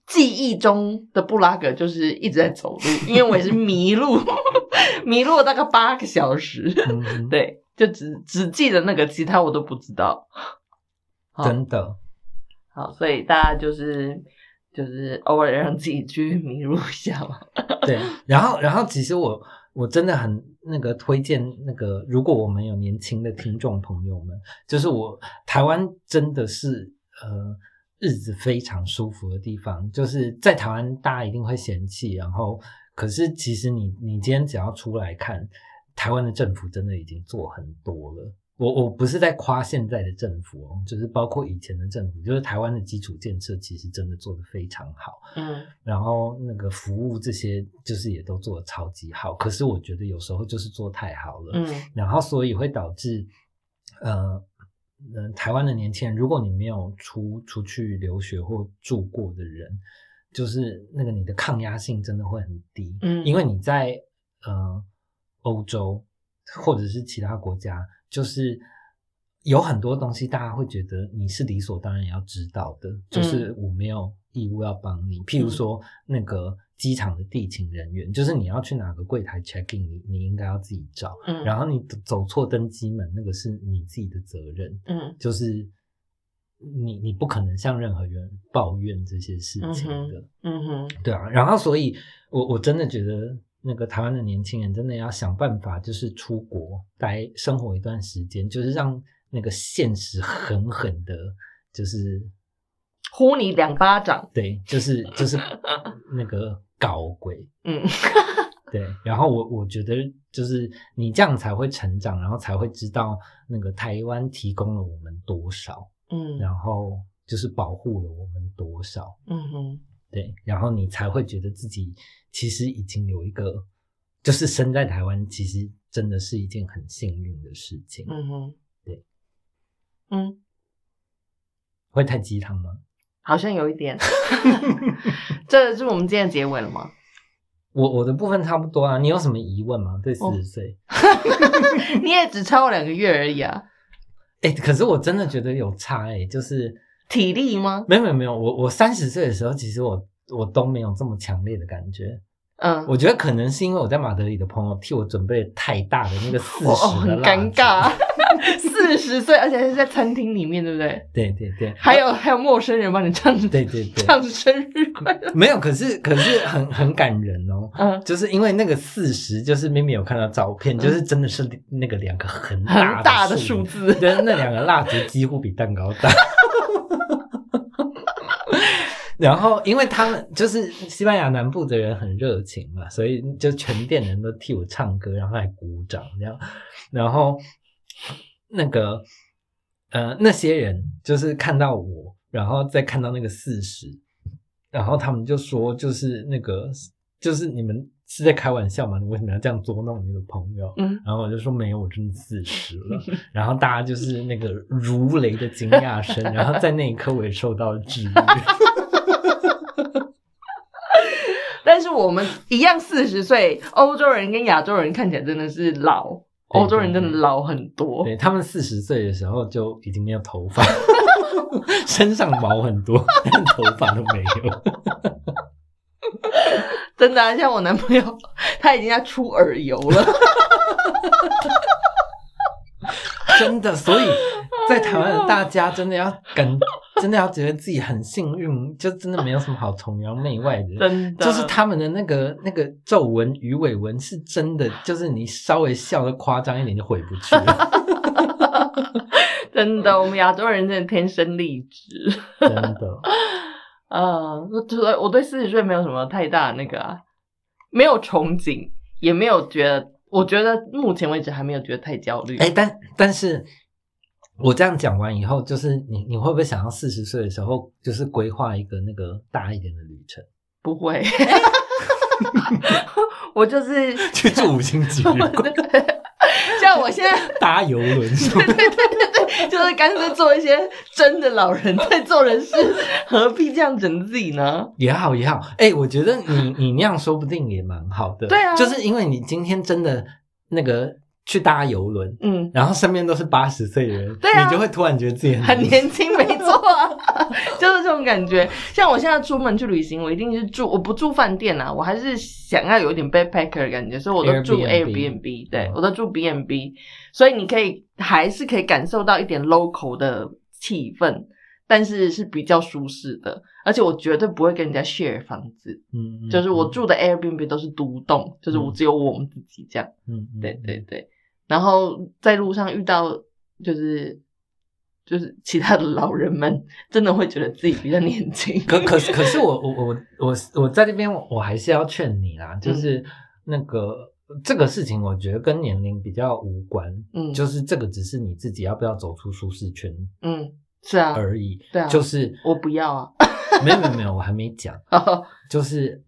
Speaker 2: 记忆中的布拉格就是一直在走路，因为我也是迷路， [LAUGHS] 迷路了大概八个小时。
Speaker 1: 嗯，
Speaker 2: [LAUGHS] 对，就只只记得那个，其他我都不知道。好
Speaker 1: 真的，
Speaker 2: 好，所以大家就是就是偶尔让自己去迷路一下嘛。
Speaker 1: 对，然后，然后，其实我我真的很那个推荐那个，如果我们有年轻的听众朋友们，就是我台湾真的是呃日子非常舒服的地方，就是在台湾大家一定会嫌弃，然后可是其实你你今天只要出来看，台湾的政府真的已经做很多了。我我不是在夸现在的政府哦，就是包括以前的政府，就是台湾的基础建设其实真的做得非常好。
Speaker 2: 嗯，
Speaker 1: 然后那个服务这些就是也都做的超级好，可是我觉得有时候就是做太好了，
Speaker 2: 嗯
Speaker 1: 然后所以会导致，呃，嗯，台湾的年轻人，如果你没有出出去留学或住过的人，就是那个你的抗压性真的会很低，
Speaker 2: 嗯
Speaker 1: 因为你在呃欧洲或者是其他国家，就是有很多东西大家会觉得你是理所当然要知道的，
Speaker 2: 嗯
Speaker 1: 就是我没有义务要帮你。譬如说那个机场的地勤人员，就是你要去哪个柜台 check in，你你应该要自己找，
Speaker 2: 嗯，
Speaker 1: 然
Speaker 2: 后
Speaker 1: 后你走错登机门，那个是你自己的责任。
Speaker 2: 嗯
Speaker 1: 就是你你不可能向任何人抱怨这些事情的，
Speaker 2: 嗯哼，
Speaker 1: 对啊。然后，所以我我真的觉得那个台湾的年轻人真的要想办法，就是出国待生活一段时间，就是让那个现实狠狠的，就是
Speaker 2: 呼你两巴掌。
Speaker 1: 对，就是就是那个搞鬼。
Speaker 2: 嗯，
Speaker 1: 对，然后我我觉得就是你这样才会成长，然后才会知道那个台湾提供了我们多少。
Speaker 2: 嗯
Speaker 1: 然后就是保护了我们多少，
Speaker 2: 嗯哼，
Speaker 1: 对，然后你才会觉得自己其实已经有一个，就是生在台湾，其实真的是一件很幸运的事情。
Speaker 2: 嗯哼，
Speaker 1: 对，
Speaker 2: 嗯。
Speaker 1: 会太鸡汤吗？
Speaker 2: 好像有一 [LAUGHS] 点。这是我们今天的结尾了吗？
Speaker 1: 我我的部分差不多啊，你有什么疑问吗？对四
Speaker 2: 哦
Speaker 1: 十岁，
Speaker 2: 你也只超我两个月而已啊，
Speaker 1: 哎、可是我真的觉得有差哎、就是
Speaker 2: 体力吗？
Speaker 1: 没有没有没有，我我三十岁的时候，其实我我都没有这么强烈的感觉。
Speaker 2: 嗯，
Speaker 1: 我觉得可能是因为我在马德里的朋友替我准备了太大的那个四
Speaker 2: 我哦
Speaker 1: 十的
Speaker 2: 很
Speaker 1: 蜡烛
Speaker 2: 尴尬， [LAUGHS] 四十岁，而且还是在餐厅里面，对不对？
Speaker 1: 对对对，
Speaker 2: 还有还有陌生人帮你唱
Speaker 1: 对对对，
Speaker 2: 唱生日快乐，
Speaker 1: 没有，可是可是很很感人哦，
Speaker 2: 嗯，
Speaker 1: 就是因为那个四十，就是咪咪有看到照片，就是真的是那个两个很
Speaker 2: 很大的
Speaker 1: 的
Speaker 2: 数
Speaker 1: 字， [LAUGHS]
Speaker 2: 字， [LAUGHS]
Speaker 1: 对，那两个蜡烛几乎比蛋糕大。然后，因为他们就是西班牙南部的人很热情嘛，所以就全店人都替我唱歌，然后还鼓掌这样。然后那个呃，那些人就是看到我，然后再看到那个四十，然后他们就说，就是那个就是你们是在开玩笑吗？你为什么要这样捉弄你的朋友？
Speaker 2: 嗯，
Speaker 1: 然后我就说没有，我真的四十了。然后大家就是那个如雷的惊讶声，然后在那一刻我也受到了治愈。
Speaker 2: 但是我们一样四十岁，欧洲人跟亚洲人看起来真的是老，
Speaker 1: 对
Speaker 2: 欧洲人
Speaker 1: 对
Speaker 2: 真的
Speaker 1: 对
Speaker 2: 老很多，
Speaker 1: 对他们四十岁的时候就已经没有头发， [LAUGHS] 身上毛很多，但头发都没有。
Speaker 2: 真的、啊，像我男朋友，他已经要出耳油了。
Speaker 1: 真的，所以在台湾的大家真的要感，真的要觉得自己很幸运，就真的没有什么好崇洋媚外的。
Speaker 2: 真的，
Speaker 1: 就是他们的那个那个皱纹、鱼尾纹是真的，就是你稍微笑的夸张一点就回不去了，
Speaker 2: 真的，我们亚洲人真的天生丽质。
Speaker 1: 真的。
Speaker 2: 呃，我觉得我对四十岁没有什么太大的那个、啊，没有憧憬，也没有觉得，我觉得目前为止还没有觉得太焦虑。
Speaker 1: 哎、但但是我这样讲完以后，就是你你会不会想要四十岁的时候，就是规划一个那个大一点的旅程， [LAUGHS]
Speaker 2: 不会，
Speaker 1: 哎
Speaker 2: [LAUGHS] 我就是
Speaker 1: 去住五星级旅
Speaker 2: [LAUGHS]
Speaker 1: 馆，
Speaker 2: 像我现在
Speaker 1: 搭游轮什么的？ [LAUGHS]
Speaker 2: [LAUGHS] 就是干脆做一些真的老人在做人事，何必这样整自己呢？
Speaker 1: 也好也好。哎、我觉得你你那样说不定也蛮好的。
Speaker 2: 对啊
Speaker 1: 就是因为你今天真的那个去搭游轮，
Speaker 2: 嗯，
Speaker 1: 然后身边都是八十岁的人，
Speaker 2: 对啊
Speaker 1: 你就会突然觉得自己
Speaker 2: 很
Speaker 1: 很年轻。
Speaker 2: 年轻，没错啊， [LAUGHS] 就是这种感觉。像我现在出门去旅行，我一定是住，我不住饭店啊，我还是想要有一点 backpacker 的感觉，所以我都住
Speaker 1: Airbnb
Speaker 2: Airbnb，对
Speaker 1: 嗯
Speaker 2: 我都住 B&B，所以你可以还是可以感受到一点 local 的气氛，但是是比较舒适的，而且我绝对不会跟人家 share 房子，
Speaker 1: 嗯嗯
Speaker 2: 就是我住的 Airbnb 都是独栋，就是我
Speaker 1: 嗯
Speaker 2: 只有我们自己这样。
Speaker 1: 嗯，嗯
Speaker 2: 对对，对。然后在路上遇到就是就是其他的老人们，真的会觉得自己比较年轻。
Speaker 1: 可可是可是我我我我我在这边我还是要劝你啦，
Speaker 2: 嗯
Speaker 1: 就是那个、这个事情，我觉得跟年龄比较无关，
Speaker 2: 嗯，
Speaker 1: 就是这个只是你自己要不要走出舒适圈
Speaker 2: 嗯是啊，
Speaker 1: 而已。
Speaker 2: 对啊
Speaker 1: 就是
Speaker 2: 我不
Speaker 1: [LAUGHS]
Speaker 2: 要啊。
Speaker 1: 没有没有没有，我还没讲，就是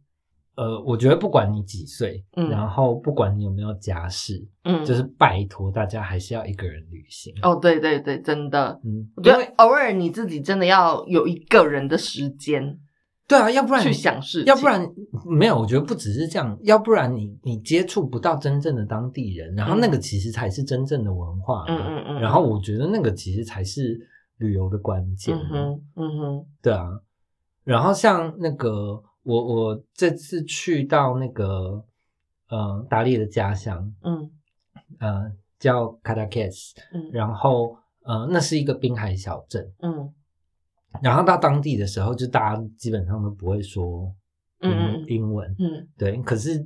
Speaker 1: 呃，我觉得不管你几岁，
Speaker 2: 嗯
Speaker 1: 然后不管你有没有家室，
Speaker 2: 嗯，
Speaker 1: 就是拜托大家还是要一个人旅行。
Speaker 2: 哦，啊对对对，真的。
Speaker 1: 嗯，
Speaker 2: 我觉
Speaker 1: 因为
Speaker 2: 得偶尔你自己真的要有一个人的时间
Speaker 1: 对啊，要不然
Speaker 2: 去想事情，
Speaker 1: 要不然
Speaker 2: 嗯
Speaker 1: 没有，我觉得不只是这样，要不然你你接触不到真正的当地人，然后那个其实才是真正的文化，
Speaker 2: 嗯嗯嗯，
Speaker 1: 然后我觉得那个其实才是旅游的关键，
Speaker 2: 嗯哼嗯哼
Speaker 1: 对啊，然后像那个我我这次去到那个呃达利的家乡，
Speaker 2: 嗯
Speaker 1: 呃叫卡达克斯，
Speaker 2: 嗯
Speaker 1: 然后呃那是一个滨海小镇，
Speaker 2: 嗯
Speaker 1: 然后到当地的时候，就大家基本上都不会说英
Speaker 2: 嗯嗯
Speaker 1: 英文，
Speaker 2: 嗯
Speaker 1: 对，可是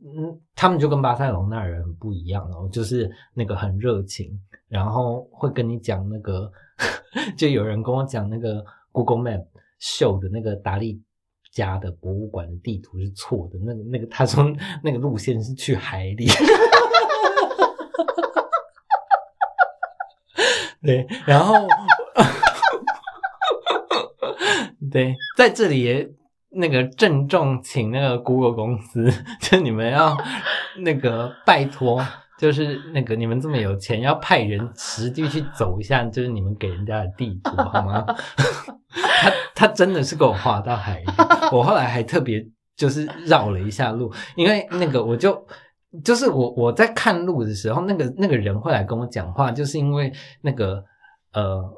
Speaker 1: 嗯，他们就跟巴塞隆那人很不一样哦，就是那个很热情，然后会跟你讲那个， [LAUGHS] 就有人跟我讲那个 Google Map 秀的那个达利。家的博物馆的地图是错的，那个那个他说那个路线是去海里， [LAUGHS] 对，然后对，在这里也那个郑重请那个 Google 公司， [LAUGHS] 就你们要那个拜托，就是那个你们这么有钱，要派人实地去走一下，就是你们给人家的地图好吗？ [LAUGHS] 他他真的是给我划到海里，我后来还特别就是绕了一下路，因为那个我就。就是我我在看路的时候，那个那个人会来跟我讲话，就是因为那个呃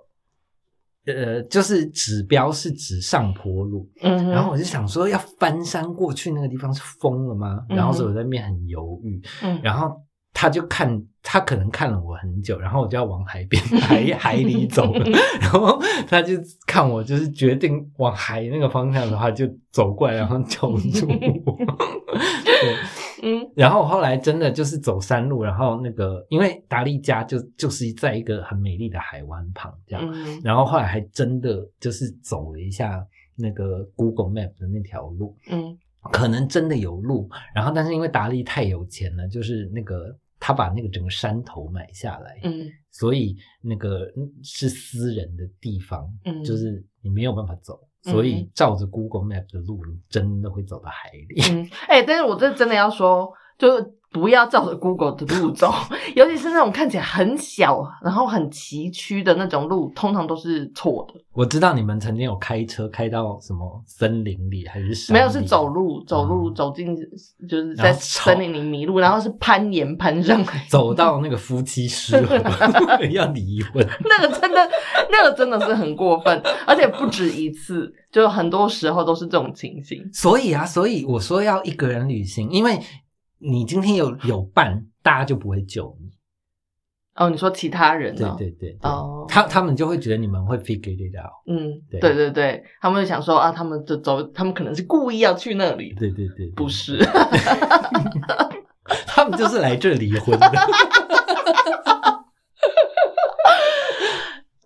Speaker 1: 呃，就是指标是指上坡路，
Speaker 2: 嗯哼，
Speaker 1: 然后我就想说要翻山过去那个地方是疯了吗？
Speaker 2: 嗯
Speaker 1: 然后所以我在那边很犹豫，
Speaker 2: 嗯
Speaker 1: 然后他就看他可能看了我很久，然后我就要往海边
Speaker 2: 嗯
Speaker 1: 海海里走了， [LAUGHS] 然后他就看我就是决定往海那个方向的话，就走过来然后求助我。
Speaker 2: [LAUGHS]
Speaker 1: 对，
Speaker 2: 嗯
Speaker 1: 然后我后来真的就是走山路，然后那个因为达利加就就是在一个很美丽的海湾旁这样，
Speaker 2: 嗯
Speaker 1: 然后后来还真的就是走了一下那个 Google Map 的那条路，
Speaker 2: 嗯
Speaker 1: 可能真的有路。然后但是因为达利太有钱了，就是那个他把那个整个山头买下来，
Speaker 2: 嗯
Speaker 1: 所以那个嗯是私人的地方，
Speaker 2: 嗯
Speaker 1: 就是你没有办法走。
Speaker 2: 嗯
Speaker 1: 所以照着 Google Map 的路，你真的会走到海里。 [LAUGHS]
Speaker 2: 嗯，哎、但是我这真的要说，就是不要照着 Google 的路走， [LAUGHS] 尤其是那种看起来很小，然后很崎岖的那种路，通常都是错的。
Speaker 1: 我知道你们曾经有开车开到什么森林里还是山
Speaker 2: 没
Speaker 1: 里
Speaker 2: 有，是走路，走路、
Speaker 1: 嗯
Speaker 2: 走进就是
Speaker 1: 然
Speaker 2: 在
Speaker 1: 后吵
Speaker 2: 森林里迷路，然后是攀岩攀上来，
Speaker 1: 走到那个夫妻失
Speaker 2: [LAUGHS]
Speaker 1: 和， [LAUGHS] 要离婚。
Speaker 2: 那个真的，那个真的是很过分，而且不止一次，就很多时候都是这种情形。
Speaker 1: 所以啊，所以我说要一个人旅行，因为你今天有有伴，大家就不会救你。
Speaker 2: 哦，你说其他人
Speaker 1: 对
Speaker 2: 呢、
Speaker 1: 对对对
Speaker 2: 哦
Speaker 1: 他他们就会觉得你们会 figure it out。
Speaker 2: 嗯，
Speaker 1: 对
Speaker 2: 对对对，他们就想说啊，他们就走，他们可能是故意要去那里的，
Speaker 1: 对对对，对
Speaker 2: 不，是。
Speaker 1: [LAUGHS] 他们就是来这儿离婚的。 [LAUGHS]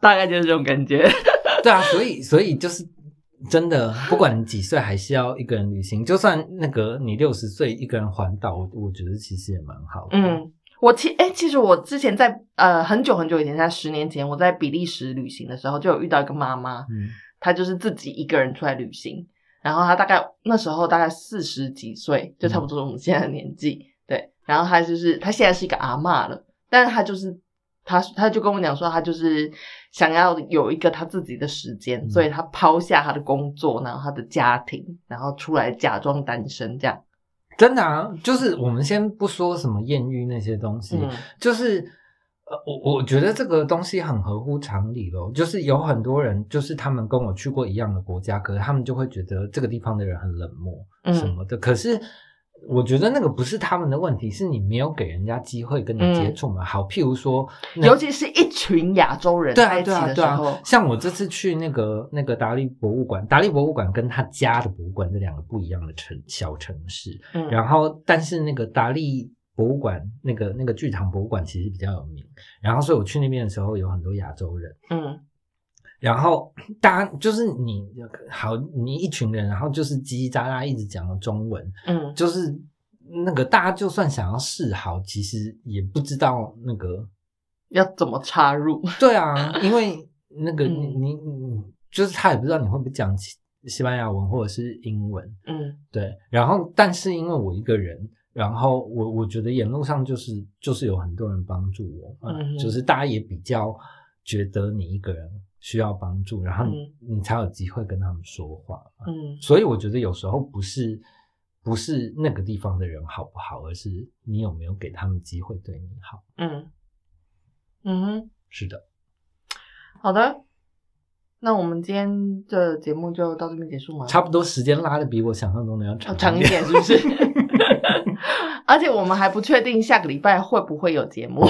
Speaker 2: 大概就是这种感觉。
Speaker 1: 对啊，所以所以就是真的，不管你几岁，还是要一个人旅行。就算那个你六十岁一个人环岛，我我觉得其实也蛮好的。，
Speaker 2: 嗯，我其哎、其实我之前在呃很久很久以前，在十年前，我在比利时旅行的时候，就有遇到一个妈妈，
Speaker 1: 嗯
Speaker 2: 她就是自己一个人出来旅行，然后她大概那时候大概四十几岁，就
Speaker 1: 嗯
Speaker 2: 差不多我们现在的年纪，对。然后她就是她现在是一个阿嬷了，但是她就是她她就跟我讲说，她就是想要有一个她自己的时间，
Speaker 1: 嗯
Speaker 2: 所以她抛下她的工作，然后她的家庭，然后出来假装单身这样。
Speaker 1: 真的啊，就是我们先不说什么艳遇那些东西，
Speaker 2: 嗯
Speaker 1: 就是呃，我我觉得这个东西很合乎常理咯。就是有很多人，就是他们跟我去过一样的国家，可是他们就会觉得这个地方的人很冷漠什
Speaker 2: 嗯
Speaker 1: 么的。可是我觉得那个不是他们的问题，是你没有给人家机会跟你
Speaker 2: 嗯
Speaker 1: 接触嘛。好，譬如说那，
Speaker 2: 尤其是一群亚洲人
Speaker 1: 对
Speaker 2: 在
Speaker 1: 啊
Speaker 2: 一起
Speaker 1: 对啊
Speaker 2: 的时
Speaker 1: 对啊
Speaker 2: 候，，
Speaker 1: 像我这次去那个那个达利博物馆，达利博物馆跟他家的博物馆这两个不一样的城小城市，
Speaker 2: [LAUGHS] 嗯
Speaker 1: 然后，但是那个达利博物馆，那个那个剧场博物馆其实比较有名。然后，所以我去那边的时候，有很多亚洲人。
Speaker 2: 嗯
Speaker 1: 然后大家就是你好，你一群人，然后就是叽叽喳喳一直讲中文，
Speaker 2: 嗯
Speaker 1: 就是那个大家就算想要示好，其实也不知道那个。
Speaker 2: 要怎么插入？
Speaker 1: 对啊，因为那个你
Speaker 2: 嗯
Speaker 1: 你你就是他也不知道你会不会讲西西班牙文或者是英文。
Speaker 2: 嗯
Speaker 1: 对，然后但是因为我一个人，然后我我觉得沿路上就是就是有很多人帮助我，呃
Speaker 2: 嗯哼
Speaker 1: 就是大家也比较觉得你一个人需要帮助，然后你,、你才有机会跟他们说话嘛。
Speaker 2: 嗯
Speaker 1: 所以我觉得有时候不是不是那个地方的人好不好，而是你有没有给他们机会对你好。
Speaker 2: 嗯嗯哼，
Speaker 1: 是的，
Speaker 2: 好的。那我们今天的节目就到这边结束吗？
Speaker 1: 差不多时间拉的比我想象中的要
Speaker 2: 哦
Speaker 1: 长
Speaker 2: 长一
Speaker 1: 点。
Speaker 2: 点是不是？ [LAUGHS] 而且我们还不确定下个礼拜会不会有节目。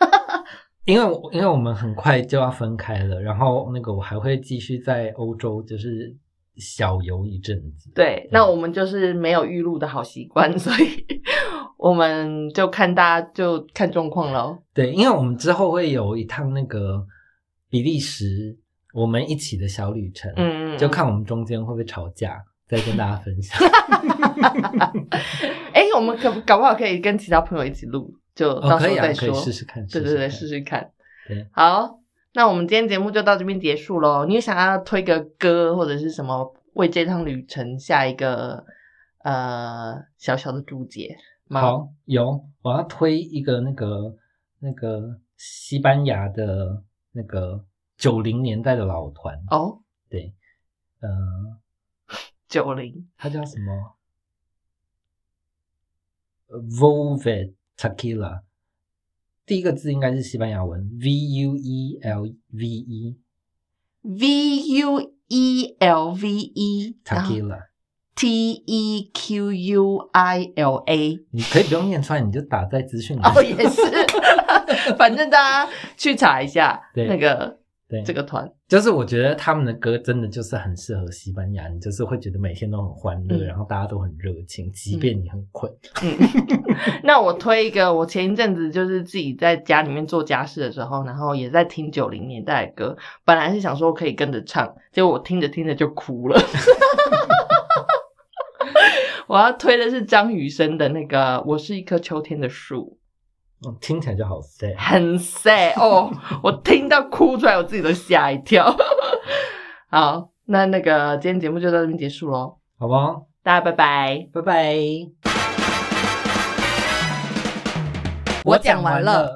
Speaker 2: [LAUGHS]
Speaker 1: 因为我因为我们很快就要分开了，然后那个我还会继续在欧洲就是小游一阵子。
Speaker 2: 对，那我们就是没有预录的好习惯，所以 [LAUGHS] 我们就看大家就看状况喽。
Speaker 1: 对，因为我们之后会有一趟那个比利时我们一起的小旅程，
Speaker 2: 嗯，嗯
Speaker 1: 就。看我们中间会不会吵架，再跟大家分
Speaker 2: [LAUGHS]
Speaker 1: 享。
Speaker 2: 哎、我们可搞不好可以跟其他朋友一起录，就
Speaker 1: 哦，
Speaker 2: 到时
Speaker 1: 可
Speaker 2: 候
Speaker 1: 以啊，
Speaker 2: 再
Speaker 1: 可
Speaker 2: 说。
Speaker 1: 以试试看。
Speaker 2: 对对对，试试看。
Speaker 1: 对
Speaker 2: 好，那我们今天节目就到这边结束喽。你有想要推个歌或者是什么，为这趟旅程下一个呃小小的注解吗？，
Speaker 1: 好，有我要推一个那个那个西班牙的那个九零年代的老团，
Speaker 2: 哦，
Speaker 1: 对，呃。
Speaker 2: 九零
Speaker 1: 它叫什么呃？Velvet Tequila，第一个字应该是西班牙文，V U E L V E
Speaker 2: V U E L V E，然后
Speaker 1: Tequila。
Speaker 2: T E Q U I L A。
Speaker 1: [LAUGHS] 你可以不用念出来，你就打在资讯栏。
Speaker 2: 哦，也是， [LAUGHS] 反正大家去查一下
Speaker 1: 对
Speaker 2: 那个
Speaker 1: 对，
Speaker 2: 这个团。
Speaker 1: 就是我觉得他们的歌真的就是很适合西班牙，你就是会觉得每天都很欢乐，
Speaker 2: 嗯
Speaker 1: 然后大家都很热情，即便你很困。
Speaker 2: 那我推一个，我前一阵子就是自己在家里面做家事的时候，然后也在听九零年代的歌，本来是想说可以跟着唱，结果我听着听着就哭了。 [LAUGHS] 我要推的是张雨生的那个《我是一棵秋天的树
Speaker 1: 嗯，听起来就好 sad》，。
Speaker 2: 很 sad 哦，我听到哭出来，我自己都吓一跳。 [LAUGHS] 好，那那个今天节目就到这边结束喽，
Speaker 1: 好不好？
Speaker 2: 大家拜拜。
Speaker 1: 拜拜。
Speaker 2: 我讲完了。